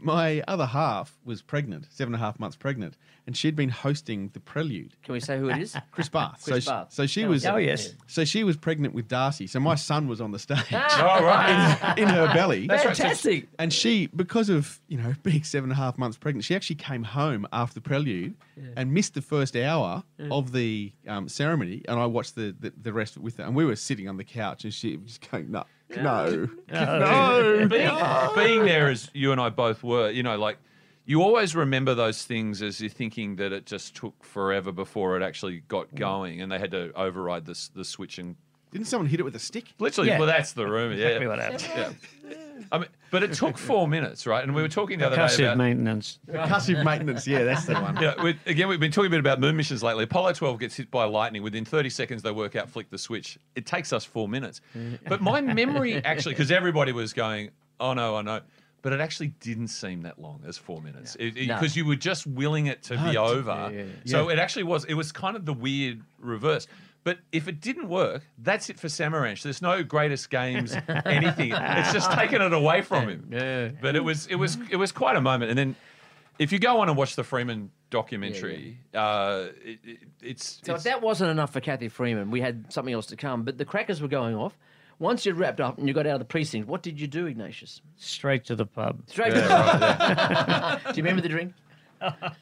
S4: my other half was pregnant, seven and a half months pregnant, and she'd been hosting the Prelude.
S3: Can we say who
S6: [LAUGHS]
S3: it is?
S4: Chris Barth.
S3: Chris
S4: so,
S3: Barth.
S4: She, so she
S3: Oh,
S4: was.
S5: Oh, yes.
S4: So she was pregnant with Darcy. So my son was on the stage
S6: [LAUGHS] [LAUGHS] All right.
S4: in her belly.
S3: Fantastic.
S4: And she, because of you know [LAUGHS] being seven and a half months pregnant, she actually came home after the prelude and missed the first hour of the um, ceremony. And I watched the, the the rest with her, and we were sitting on the couch, and she was going, "No, no, [LAUGHS] [LAUGHS]
S5: [LAUGHS]
S4: no."
S6: being, [LAUGHS] being there as you and I both were, you know, like you always remember those things as you're thinking that it just took forever before it actually
S4: Mm.
S6: got going, and they had to override this the switch and
S4: Didn't someone hit it with a stick?
S6: literally.
S5: Yeah.
S6: Well, that's the rumor.
S5: Exactly
S6: yeah.
S5: what happened.
S6: yeah. I mean, but it took four minutes, right? And we were talking the other day
S5: Percussive
S6: about
S5: maintenance.
S4: Percussive maintenance. Yeah, that's the one.
S6: Yeah, we, again, we've been talking a bit about moon missions lately. Apollo 12 gets hit by lightning. Within 30 seconds, they work out, flick the switch. It takes us four minutes. But my memory actually, because everybody was going, oh no, oh no. But it actually didn't seem that long as four minutes because
S3: No.
S6: you were just willing it to be over. So it actually was, it was kind of the weird reverse. But if it didn't work, that's it for Samaranch. There's no greatest games, anything. It's just taken it away from him. Yeah. But it was it was it was quite a moment. And then if you go on and watch the Freeman documentary, uh, it, it, it's,
S3: So
S6: it's
S3: if that wasn't enough for Kathy Freeman, we had something else to come. But the crackers were going off. Once you'd wrapped up and you got out of the precinct, what did you do, Ignatius?
S5: Straight to the pub.
S3: Straight
S6: yeah, right, yeah.
S3: [LAUGHS] Do you remember the drink?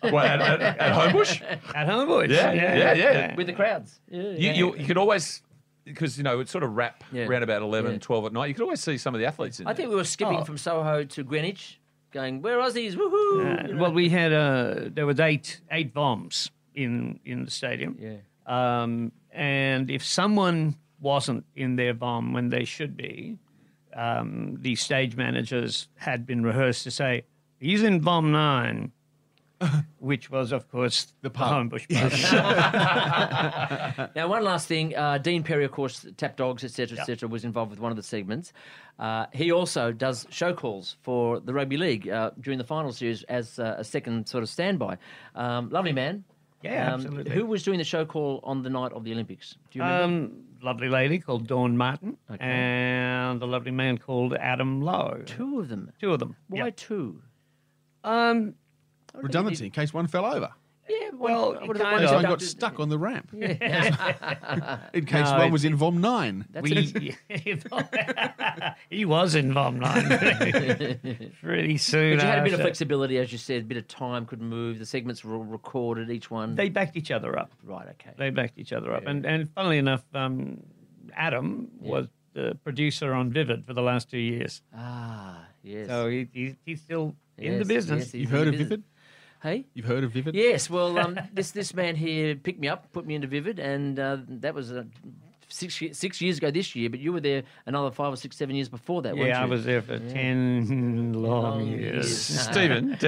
S6: What, at,
S3: [LAUGHS]
S6: at, at Homebush.
S5: At home, boys.
S6: Yeah, yeah, yeah.
S3: With the crowds.
S6: You, you, you could always. Because you know it's sort of wrap
S3: Yeah.
S6: around about 11,
S3: Yeah.
S6: 12 at night. You could always see some of the athletes in
S3: I think we were skipping
S5: Oh.
S3: from Soho to Greenwich, going, we're Aussies, woohoo!
S5: Uh,
S3: you know.
S5: well, we had uh, there was eight eight bombs in in the stadium.
S3: Yeah.
S5: Um, and if someone wasn't in their bomb when they should be, um, the stage managers had been rehearsed to say, "He's in bomb nine. Which was, of course, the,
S4: pub.
S5: Homebush pub.
S3: Now, one last thing. Uh, Dean Perry, of course, Tap Dogs, etc., etc., was involved with one of the segments. Uh, he also does show calls for the Rugby League uh, during the final series as uh, a second sort of standby. Um, lovely man.
S5: Yeah,
S3: Um,
S5: absolutely.
S3: Who was doing the show call on the night of the Olympics? Do you remember?
S5: Um, lovely lady called Dawn Martin and a lovely man called Adam Lowe.
S3: two of them.
S5: Two of them.
S3: Why
S5: Yeah.
S3: two?
S5: Um,
S4: [LAUGHS] Redundancy in case one fell over.
S3: Yeah, what-
S5: Well, it
S3: what are the
S5: kind
S3: ones
S5: of-
S4: So I
S3: that
S4: got
S3: do-
S4: stuck on the ramp. [LAUGHS] in case
S5: [LAUGHS] No,
S4: one
S5: it-
S4: was in vom nine.
S3: [LAUGHS]
S5: we, [LAUGHS] he was in Vom Nine [LAUGHS] pretty soon.
S3: But you had a bit of
S5: after.
S3: flexibility, as you said, a bit of time could move. The segments were all recorded, each one.
S5: They backed each other up.
S3: right, okay.
S5: They backed each other up. And and funnily enough, um, Adam was the producer on Vivid for the last two years.
S3: ah, yes.
S5: So he, he, he's still in the
S3: Yes,
S5: business.
S3: yes, he's in
S4: You've
S3: the
S4: heard of
S3: business.
S4: Vivid?
S3: Hey?
S4: You've heard of Vivid?
S3: Yes, well,
S5: [LAUGHS]
S3: um, this this man here picked me up, put me into Vivid, and uh, that was uh, six ye- six years ago this year. But you were there another five or six, seven years before that, weren't you?
S5: yeah, I was there for 10 long,
S3: Long
S5: years.
S3: years.
S6: [LAUGHS]
S3: [LAUGHS]
S6: Stephen, Dennis,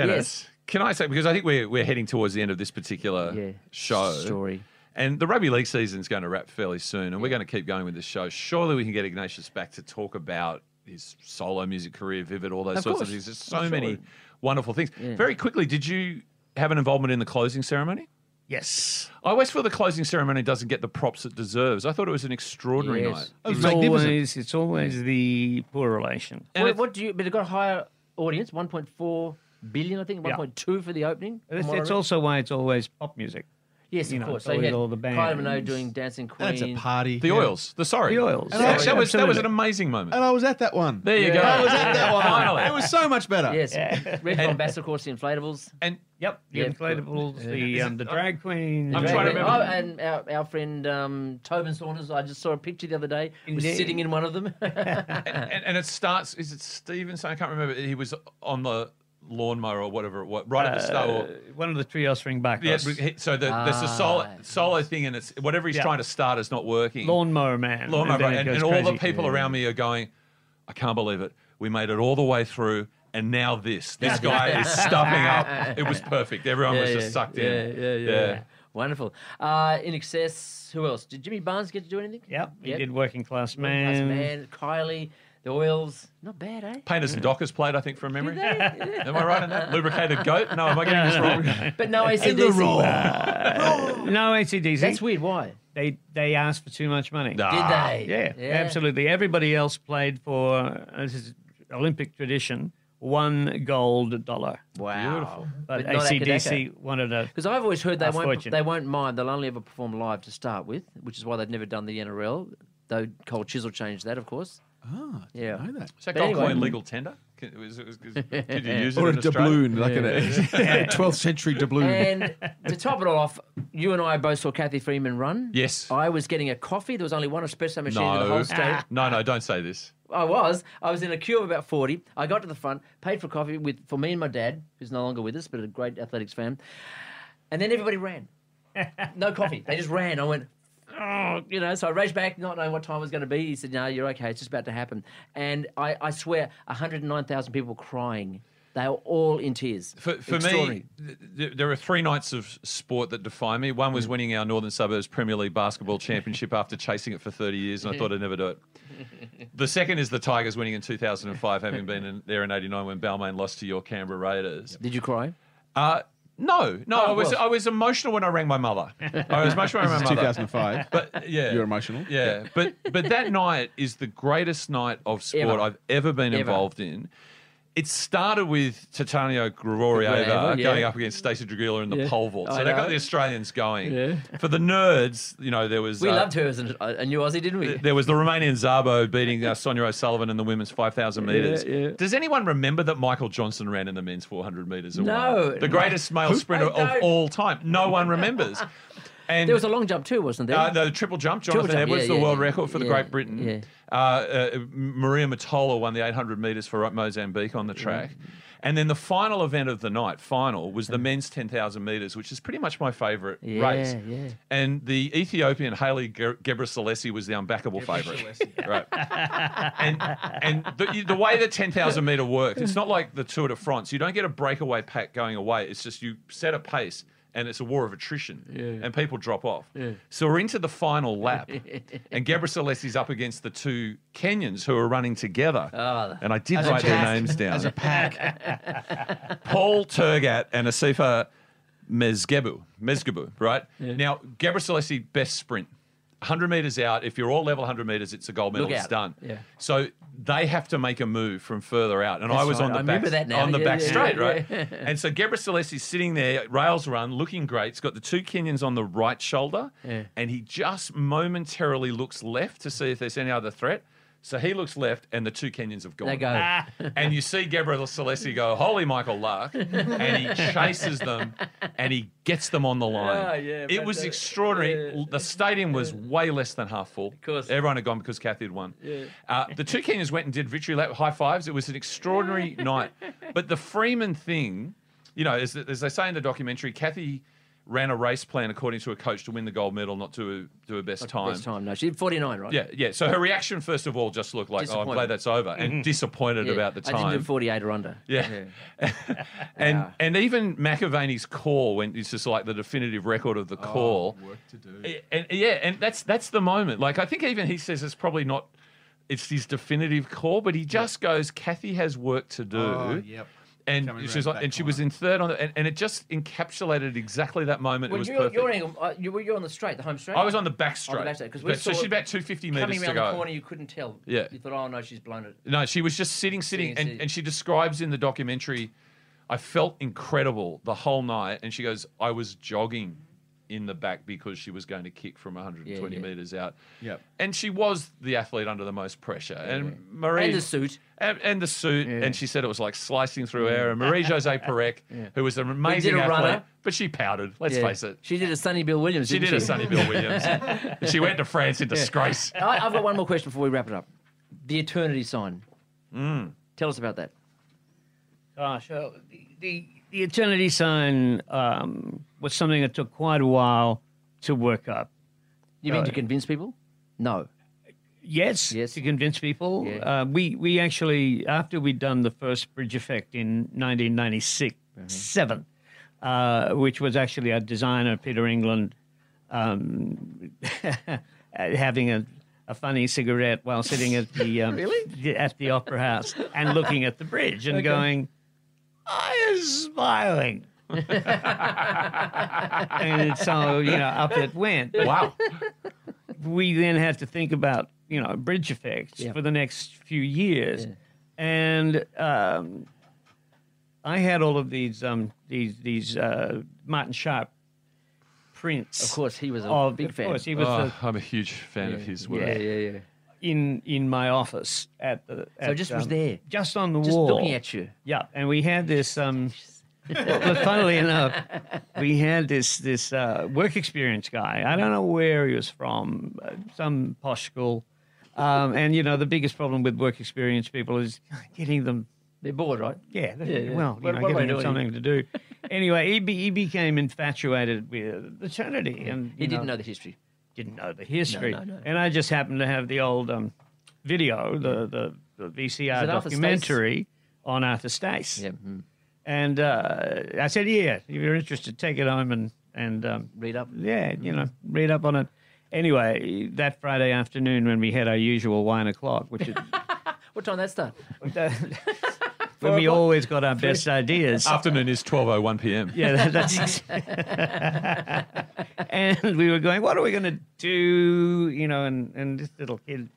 S3: Yes.
S6: can I say, because I think we're, we're heading towards the end of this particular
S3: Yeah.
S6: show.
S3: Story.
S6: And the rugby league season's going to wrap fairly soon, and we're going to keep going with this show. Surely we can get Ignatius back to talk about his solo music career, Vivid, all those
S3: Of
S6: sorts
S3: course.
S6: of things. There's so many wonderful things. Very quickly, did you have an involvement in the closing ceremony?
S5: Yes.
S6: I always feel the closing ceremony doesn't get the props it deserves. I thought it was an extraordinary night.
S5: Yes.
S4: That was
S5: It's
S4: magnificent.
S5: always, it's always the poor relation.
S3: What, what do you? But it got a higher audience, 1.4 billion, I think,
S5: Yeah.
S3: 1.2 for the opening. from
S5: It's,
S3: what I
S5: it's
S3: read.
S5: also why it's always pop music.
S3: yes,
S5: you
S3: of
S5: know,
S3: course.
S5: so
S3: They
S5: with
S3: had
S5: all the
S3: Kylie Minogue
S5: bands.
S3: doing Dancing Queen.
S4: That's a party.
S6: The oils, the sorry,
S5: The oils.
S6: That,
S5: Yeah,
S6: that was that was an
S5: absolutely.
S6: amazing moment.
S4: And I was at that one.
S6: there you
S3: Yeah.
S6: go.
S3: I was
S6: at that one.
S4: It
S6: Finally.
S4: was so much better.
S3: Yes, Red
S5: [LAUGHS]
S3: Von Bass, of course, the inflatables.
S6: And
S5: Yep. The
S3: Yeah, it's good.
S5: inflatables, the um, the drag uh, queens.
S6: I'm
S3: Red
S6: trying to
S3: Van-
S6: remember.
S3: Oh, and our, our friend um, Tobin Saunders, I just saw a picture the other day,
S5: Indeed.
S3: was sitting in one of them. [LAUGHS]
S6: and, and it starts. Is it Stevenson? I can't remember. He was on the lawnmower or whatever it was, right at the start.
S5: Uh,
S6: Or,
S5: one of the trios ring back.
S6: yeah, he- so the,
S3: Ah,
S6: there's a solo, solo thing, and it's whatever he's
S5: Yeah.
S6: trying to start is not working.
S5: Lawnmower man.
S6: Lawnmower,
S5: then
S6: and,
S5: it goes
S6: and, all
S5: crazy.
S6: the people around me are going, I can't believe it. We made it all the way through, and now this. This guy
S5: [LAUGHS]
S6: is
S3: [LAUGHS]
S6: stuffing up. It was perfect. Everyone was just sucked in.
S3: Yeah, yeah, yeah. Wonderful. Uh, in excess, who else? Did Jimmy Barnes get to do anything?
S5: Yep. He
S3: Yep.
S5: did working class man.
S3: Nice man, Kylie, the oils. Not bad, eh?
S6: Painters and Dockers played, I think, from memory.
S3: Did they?
S6: [LAUGHS] Am I right in that? Lubricated goat? No, am I getting this wrong?
S3: but no ACDC.
S5: No ACDC.
S3: That's weird. Why?
S5: They they asked for too much money.
S6: Nah.
S3: Did they?
S5: Yeah, absolutely. Everybody else played for uh, this is Olympic tradition. One gold dollar,
S3: Wow.
S5: but,
S3: But not
S5: ACDC wanted a
S3: Because I've always heard they
S5: Our
S3: won't,
S5: fortune.
S3: they won't mind. They'll only ever perform live to start with, which is why they've never done the NRL. Though Cole Chisel changed that, of course.
S4: Ah, I
S3: Yeah.
S4: didn't know that.
S6: Is
S3: But
S6: that gold
S3: anyway.
S6: coin legal tender? Could, was- was- could
S3: [LAUGHS]
S6: you use it
S4: Or a
S6: in Australia?
S4: doubloon, like [LAUGHS] a 12th century doubloon.
S3: And to top it all off, you and I both saw Kathy Freeman run.
S6: Yes.
S3: I was getting a coffee. There was only one espresso machine in the
S6: No.
S3: whole
S6: [LAUGHS]
S3: state.
S6: no, no, don't say this.
S3: I was. I was in a queue of about 40. I got to the front, paid for coffee with for me and my dad, who's no longer with us, but a great athletics fan. And then everybody ran. No coffee. They just ran. I went, oh, you know, so I raced back, not knowing what time it was going to be. He said, no, you're okay. It's just about to happen. And I, I swear, 109,000 people crying. They were all in tears.
S6: For, for me,
S3: Extraordinary.
S6: th- th- there are three nights of sport that define me. One was
S3: Mm.
S6: winning our Northern Suburbs Premier League basketball championship after chasing it for 30 years, and I thought I'd
S3: [LAUGHS]
S6: never do it. The second is the Tigers winning in 2005, having been in, there in 89 when Balmain lost to your Canberra Raiders.
S3: Did you cry?
S6: Uh, no, no, I was
S3: Oh, well.
S6: I was emotional when I rang my mother. I was
S3: [LAUGHS]
S6: emotional when I rang my mother.
S4: 2005. [LAUGHS]
S6: But yeah,
S4: You're emotional.
S6: Yeah, but but that night is the greatest night of sport
S3: Ever.
S6: I've ever been
S3: Ever.
S6: involved in. It started with Titania
S3: Gregorieva,
S6: Grigorieva
S3: yeah.
S6: going up against Stacey Dragila in the pole vault. So
S3: I
S6: they got
S3: know.
S6: the Australians going.
S3: Yeah.
S6: For the nerds, you know, there was
S3: We
S6: uh,
S3: loved her as a, a new Aussie, didn't we?
S6: There was the Romanian Zabo beating uh, Sonia O'Sullivan in the women's 5,000 metres.
S3: yeah.
S6: Does anyone remember that Michael Johnson ran in the men's 400 metres? and
S3: No.
S6: won? The greatest male sprinter
S3: I
S6: of
S3: don't.
S6: all time. No
S3: [LAUGHS]
S6: one remembers. And
S3: There was a long jump too, wasn't there?
S6: uh, no, the triple jump. Jonathan
S3: Triple jump,
S6: Edwards,
S3: yeah,
S6: the
S3: yeah,
S6: world
S3: yeah,
S6: record for the
S3: yeah,
S6: Great Britain.
S3: yeah.
S6: Uh, uh, Maria Matola won the 800 metres for Mozambique on the track. And then the final event of the night, final, was the men's 10,000 metres, which is pretty much my favourite
S3: Mm. Yeah,
S6: race.
S3: yeah.
S6: And the Ethiopian Haile Ge- Gebrselassie was the unbackable favourite. right.
S3: [LAUGHS]
S6: And, and the, the way the 10,000 metre works, it's not like the Tour de France. You don't get a breakaway pack going away. It's just you set a pace and it's a war of attrition and people drop off. So we're into the final lap and Gebra Selessi's up against the two Kenyans who are running together. and I did write their names down. As a [LAUGHS] pack. Paul Turgat and Asifa Mezgebu. Mezgebu, right? Now, Gebra Selassie, best sprint. 100 metres out. If you're all level 100 metres, it's a gold medal.
S3: Look
S6: It's
S3: out.
S6: done.
S3: Yeah.
S6: So they have to make a move from further out. And I was
S3: right.
S6: on
S3: I
S6: the back,
S3: remember that now.
S6: On the
S3: Yeah,
S6: back
S3: yeah,
S6: straight,
S3: yeah, [LAUGHS]
S6: right? and so Gebra Selessi's sitting there, rails run, looking great. He's got the two Kenyans on the right shoulder. And he just momentarily looks left to see if there's any other threat. So he looks left, and the two Kenyans have gone
S3: They go.
S6: and you see Gabriel Celesti go, holy Michael Lark, and
S3: [LAUGHS]
S6: he chases them and he gets them on the line.
S3: Ah, yeah,
S6: it was
S3: fantastic.
S6: extraordinary.
S3: Yeah.
S6: The stadium was way less than half full. Of
S3: course.
S6: Everyone had gone because Kathy had won. Uh, the two Kenyans went and did victory lap high fives. It was
S3: [LAUGHS]
S6: an extraordinary night. But the Freeman thing, you know, as, as they say in the documentary, Kathy ran a race plan according to a coach to win the gold medal, not to do her best time.
S3: Best time, no. She did 49, right?
S6: Yeah, yeah. So her reaction, first of all, just looked like, "Oh, I'm
S3: Disappointment.
S6: glad that's over," and disappointed
S3: Mm-hmm. Yeah.
S6: about the time.
S3: I didn't do 48 or under.
S6: Yeah. [LAUGHS] and and even McAvaney's call when it's just like the definitive record of the
S3: Oh,
S6: call.
S4: Work to do.
S6: And, and- yeah, and that's that's the moment. Like I think even he says it's probably not it's his definitive call, but he just goes, Kathy has work to do.
S4: Oh, yep.
S6: and
S4: Coming
S6: she
S4: round
S6: was
S4: the
S6: like,
S4: back
S6: and she was
S4: corner.
S6: in third on, the, and, and it just encapsulated exactly that moment. it
S3: Well,
S6: was
S3: you're,
S6: perfect.
S3: you're, in, uh, you were you on the straight, the home straight?
S6: I was on the back straight.
S3: back straight, 'cause we
S6: But- so
S3: saw
S6: she's
S3: it
S6: about two fifty
S3: coming
S6: meters to
S3: around
S6: go.
S3: the corner. You couldn't tell.
S6: Yeah.
S3: you thought, oh no, she's blown it.
S6: No, she was just sitting, sitting,
S3: Sitting,
S6: and,
S3: sitting.
S6: and she describes in the documentary, I felt incredible the whole night. And she goes, I was jogging in the back because she was going to kick from 120
S3: Yeah, yeah.
S6: meters out.
S4: Yep.
S6: And she was the athlete under the most pressure. And Marie.
S3: And the suit.
S6: And, and the suit.
S5: Yeah.
S6: And she said it was like slicing through air. And Marie Jose
S3: [LAUGHS]
S6: Perec, who was an amazing
S3: a
S6: athlete,
S3: runner.
S6: but she pouted, let's
S3: Yeah.
S6: face it.
S3: She did a Sunny Bill Williams.
S6: She
S3: didn't
S6: did a Sonny Bill Williams. she went to France in disgrace.
S3: [LAUGHS] I, I've got one more question before we wrap it up. The eternity sign.
S6: Mm.
S3: Tell us about that.
S5: Gosh, uh, the, the the eternity sign um, was something that took quite a while to work up.
S3: You mean to convince people? No.
S5: Yes,
S3: Yes.
S5: to convince people.
S3: Yeah.
S5: Uh, we we actually after we'd done the first Bridge Effect in 1996 seven, uh, which was actually our designer Peter England um, [LAUGHS] having a, a funny cigarette while sitting at the um, the- at the Opera House and looking at the bridge and going, "I am smiling." and so you know, up it went
S6: Wow.
S5: we then had to think about you know bridge effects for the next few years, and um, I had all of these um, these these uh, Martin Sharp prints.
S3: Of course, he was a
S5: of-
S3: big
S5: of
S3: fan.
S5: course, he was uh,
S6: Oh, I'm a huge fan of his work.
S5: yeah.
S3: yeah, yeah.
S5: the- in in my office at the.
S3: So
S5: at, um,
S3: just was there.
S5: just on the
S3: Just
S5: wall,
S3: looking at you.
S5: Yeah, and we had this.
S3: [LAUGHS]
S5: Um, but funnily enough, we had this this uh, work experience guy. I don't know where he was from, uh, some posh school. Um, and you know, the biggest problem with work experience people is getting them
S3: They're bored, right?
S5: yeah, they-
S3: Yeah, yeah.
S5: well, you
S3: What-
S5: know,
S3: what am I
S5: giving him
S3: doing?
S5: something to do. anyway, he, be, he became infatuated with eternity, and
S3: He didn't know the history.
S5: didn't know the history.
S3: No, no, no.
S5: And I just happened to have the old um, video, the the, the VCR
S3: Is it Arthur Stace?
S5: documentary on Arthur Stace.
S3: Yeah. mm.
S5: And uh, I said, "Yeah, if you're interested, take it home and and um,
S3: Read up.
S5: yeah, you know, read up on it." Anyway, that Friday afternoon when we had our usual wine o'clock, which
S3: [LAUGHS]
S5: is [LAUGHS]
S3: What time that start?
S5: when we always got our best
S3: [LAUGHS]
S5: ideas.
S6: Afternoon is 12.01 p.m.
S5: Yeah, that, that's.
S3: [LAUGHS]
S5: and we were going, what are we going to do? You know, and, and this little kid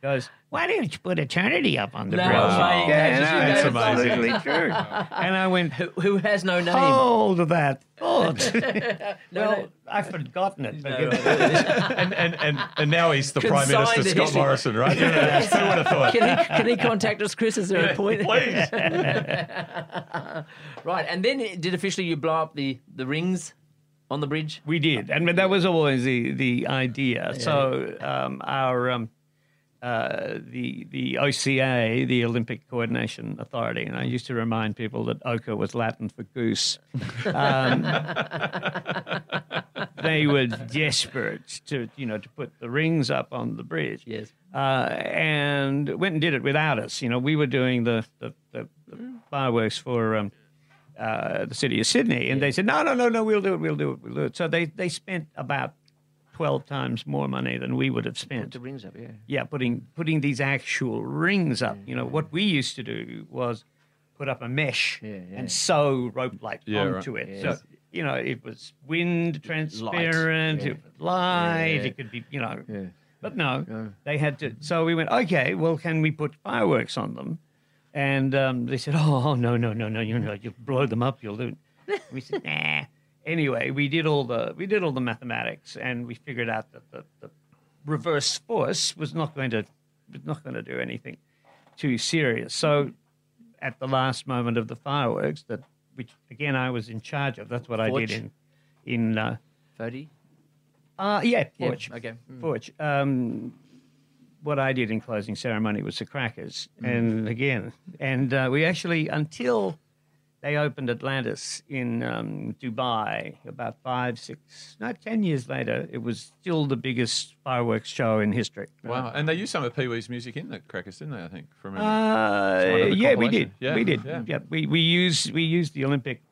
S5: goes, why don't you put eternity up on the
S3: No,
S5: bridge?
S3: mate,
S5: Yeah,
S3: that's
S5: no,
S3: just-
S5: it's
S6: that's
S3: [LAUGHS]
S6: amazing.
S5: absolutely true. and I went,
S3: Who has no name?
S5: hold that
S3: [LAUGHS]
S5: thought.
S3: no,
S5: Oh, [LAUGHS] well, I've forgotten it. but
S3: no,
S5: you know,
S6: and, and, and, and now he's the Prime
S3: Consigned
S6: Minister,
S3: to
S6: Scott
S3: history.
S6: Morrison, right? Who would have thought?
S3: Can he, can he contact us, Chris? Is there a point?
S5: [LAUGHS]
S6: Please.
S3: Right, and then it- did officially you blow up the, the rings on the bridge?
S5: We did, and that was always the the idea. So um, our um, uh, the the OCA, the Olympic Coordination Authority, and I used to remind people that OCA was Latin for goose. Um, they were desperate to you know to put the rings up on the bridge.
S3: Yes.
S5: uh, and went and did it without us. You know, we were doing the the, the, the fireworks for. Um, uh, the city of Sydney, and they said, "No, no, no, no, we'll do it, we'll do it, we'll do it." So they they spent about twelve times more money than we would have spent.
S3: The rings up, yeah.
S5: Yeah, putting putting these actual rings up. You know, what we used to do was put up a mesh
S3: yeah.
S5: and sew rope light
S6: Yeah, right.
S5: onto it. So you know, it was wind transparent,
S3: yeah.
S5: it was light,
S3: Yeah, yeah.
S5: it could be, you know. But no, they had to. So we went, okay, well, can we put fireworks on them? And um, they said, oh, oh, no, no, no, no, you know, you'll blow them up, you'll do. it." We said, nah. Anyway, we did all the we did all the mathematics, and we figured out that the, the reverse force was not going to was not going to do anything too serious. So at the last moment of the fireworks, that which again I was in charge of. That's what I
S3: Forge?
S5: did in in uh,
S3: Fody?
S5: uh, yeah,
S3: Yeah,
S5: Forge.
S3: okay. mm.
S5: Forge. Um, what I did in closing ceremony was the crackers,
S3: Mm.
S5: and again, and uh, we actually until they opened Atlantis in um, Dubai about five, six, no, ten years later, it was still the biggest fireworks show in history.
S6: Wow. And they used some of Pee Wee's music in the Crackers, didn't they, I think, from memory?
S5: Uh,
S6: of the
S5: yeah, we
S6: compilation.
S5: did.
S6: Yeah,
S5: we did.
S6: yeah.
S5: Yeah. we we used we used the Olympic,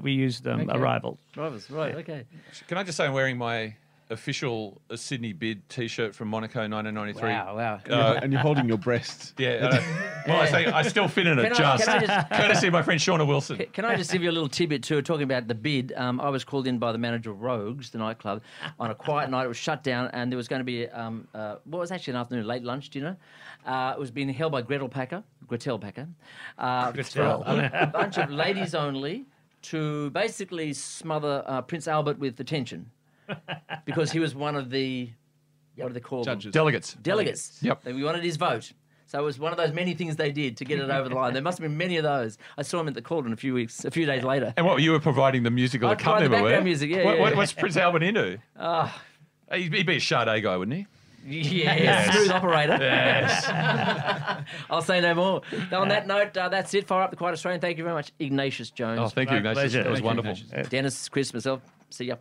S5: we used um,
S3: Okay.
S5: arrival.
S3: Drivers, right, okay.
S6: Can I just say I'm wearing my official uh, Sydney bid T-shirt from Monaco 1993.
S5: Wow, wow.
S6: Uh,
S4: and you're holding your breast.
S6: Yeah. I don't- well, I say I still fit in it
S3: Can I-
S6: just.
S3: can I just-
S6: courtesy of my friend Shauna Wilson.
S3: [LAUGHS] Can I just give you a little tidbit too? Talking about the bid, um, I was called in by the manager of Rogues, the nightclub, on a quiet night. It was shut down, and there was going to be um, uh, what was actually an afternoon, late lunch dinner. Uh, it was being held by Gretel Packer, Gretel Packer, uh,
S5: Gretel.
S3: for [LAUGHS] a bunch of ladies only to basically smother uh, Prince Albert with attention because he was one of the what do they call them?
S4: Judges.
S6: Delegates.
S3: delegates.
S6: Yep.
S3: They- We wanted his vote. So it was one of those many things they did to get it over the line. There must have been many of those. I saw him at the Caldron a few weeks, a few days later.
S6: And what you were providing the musical
S3: I provided the
S6: accompaniment
S3: background
S6: were?
S3: music, yeah,
S6: what,
S3: yeah,
S6: what-
S3: yeah. Ah.
S6: What's Prince Albert into? He'd he'd be a Sade guy, wouldn't he?
S3: [LAUGHS] Yeah, smooth operator. [LAUGHS] I'll say no more. On that note, uh, that's it. Fire up the Quiet Australian. Thank you very much, Ignatius Jones.
S6: Oh, thank you,
S5: My
S6: Ignatius.
S5: pleasure.
S6: That was
S5: Thank you,
S6: wonderful.
S5: Ignatius.
S3: Dennis, Chris, myself. See ya.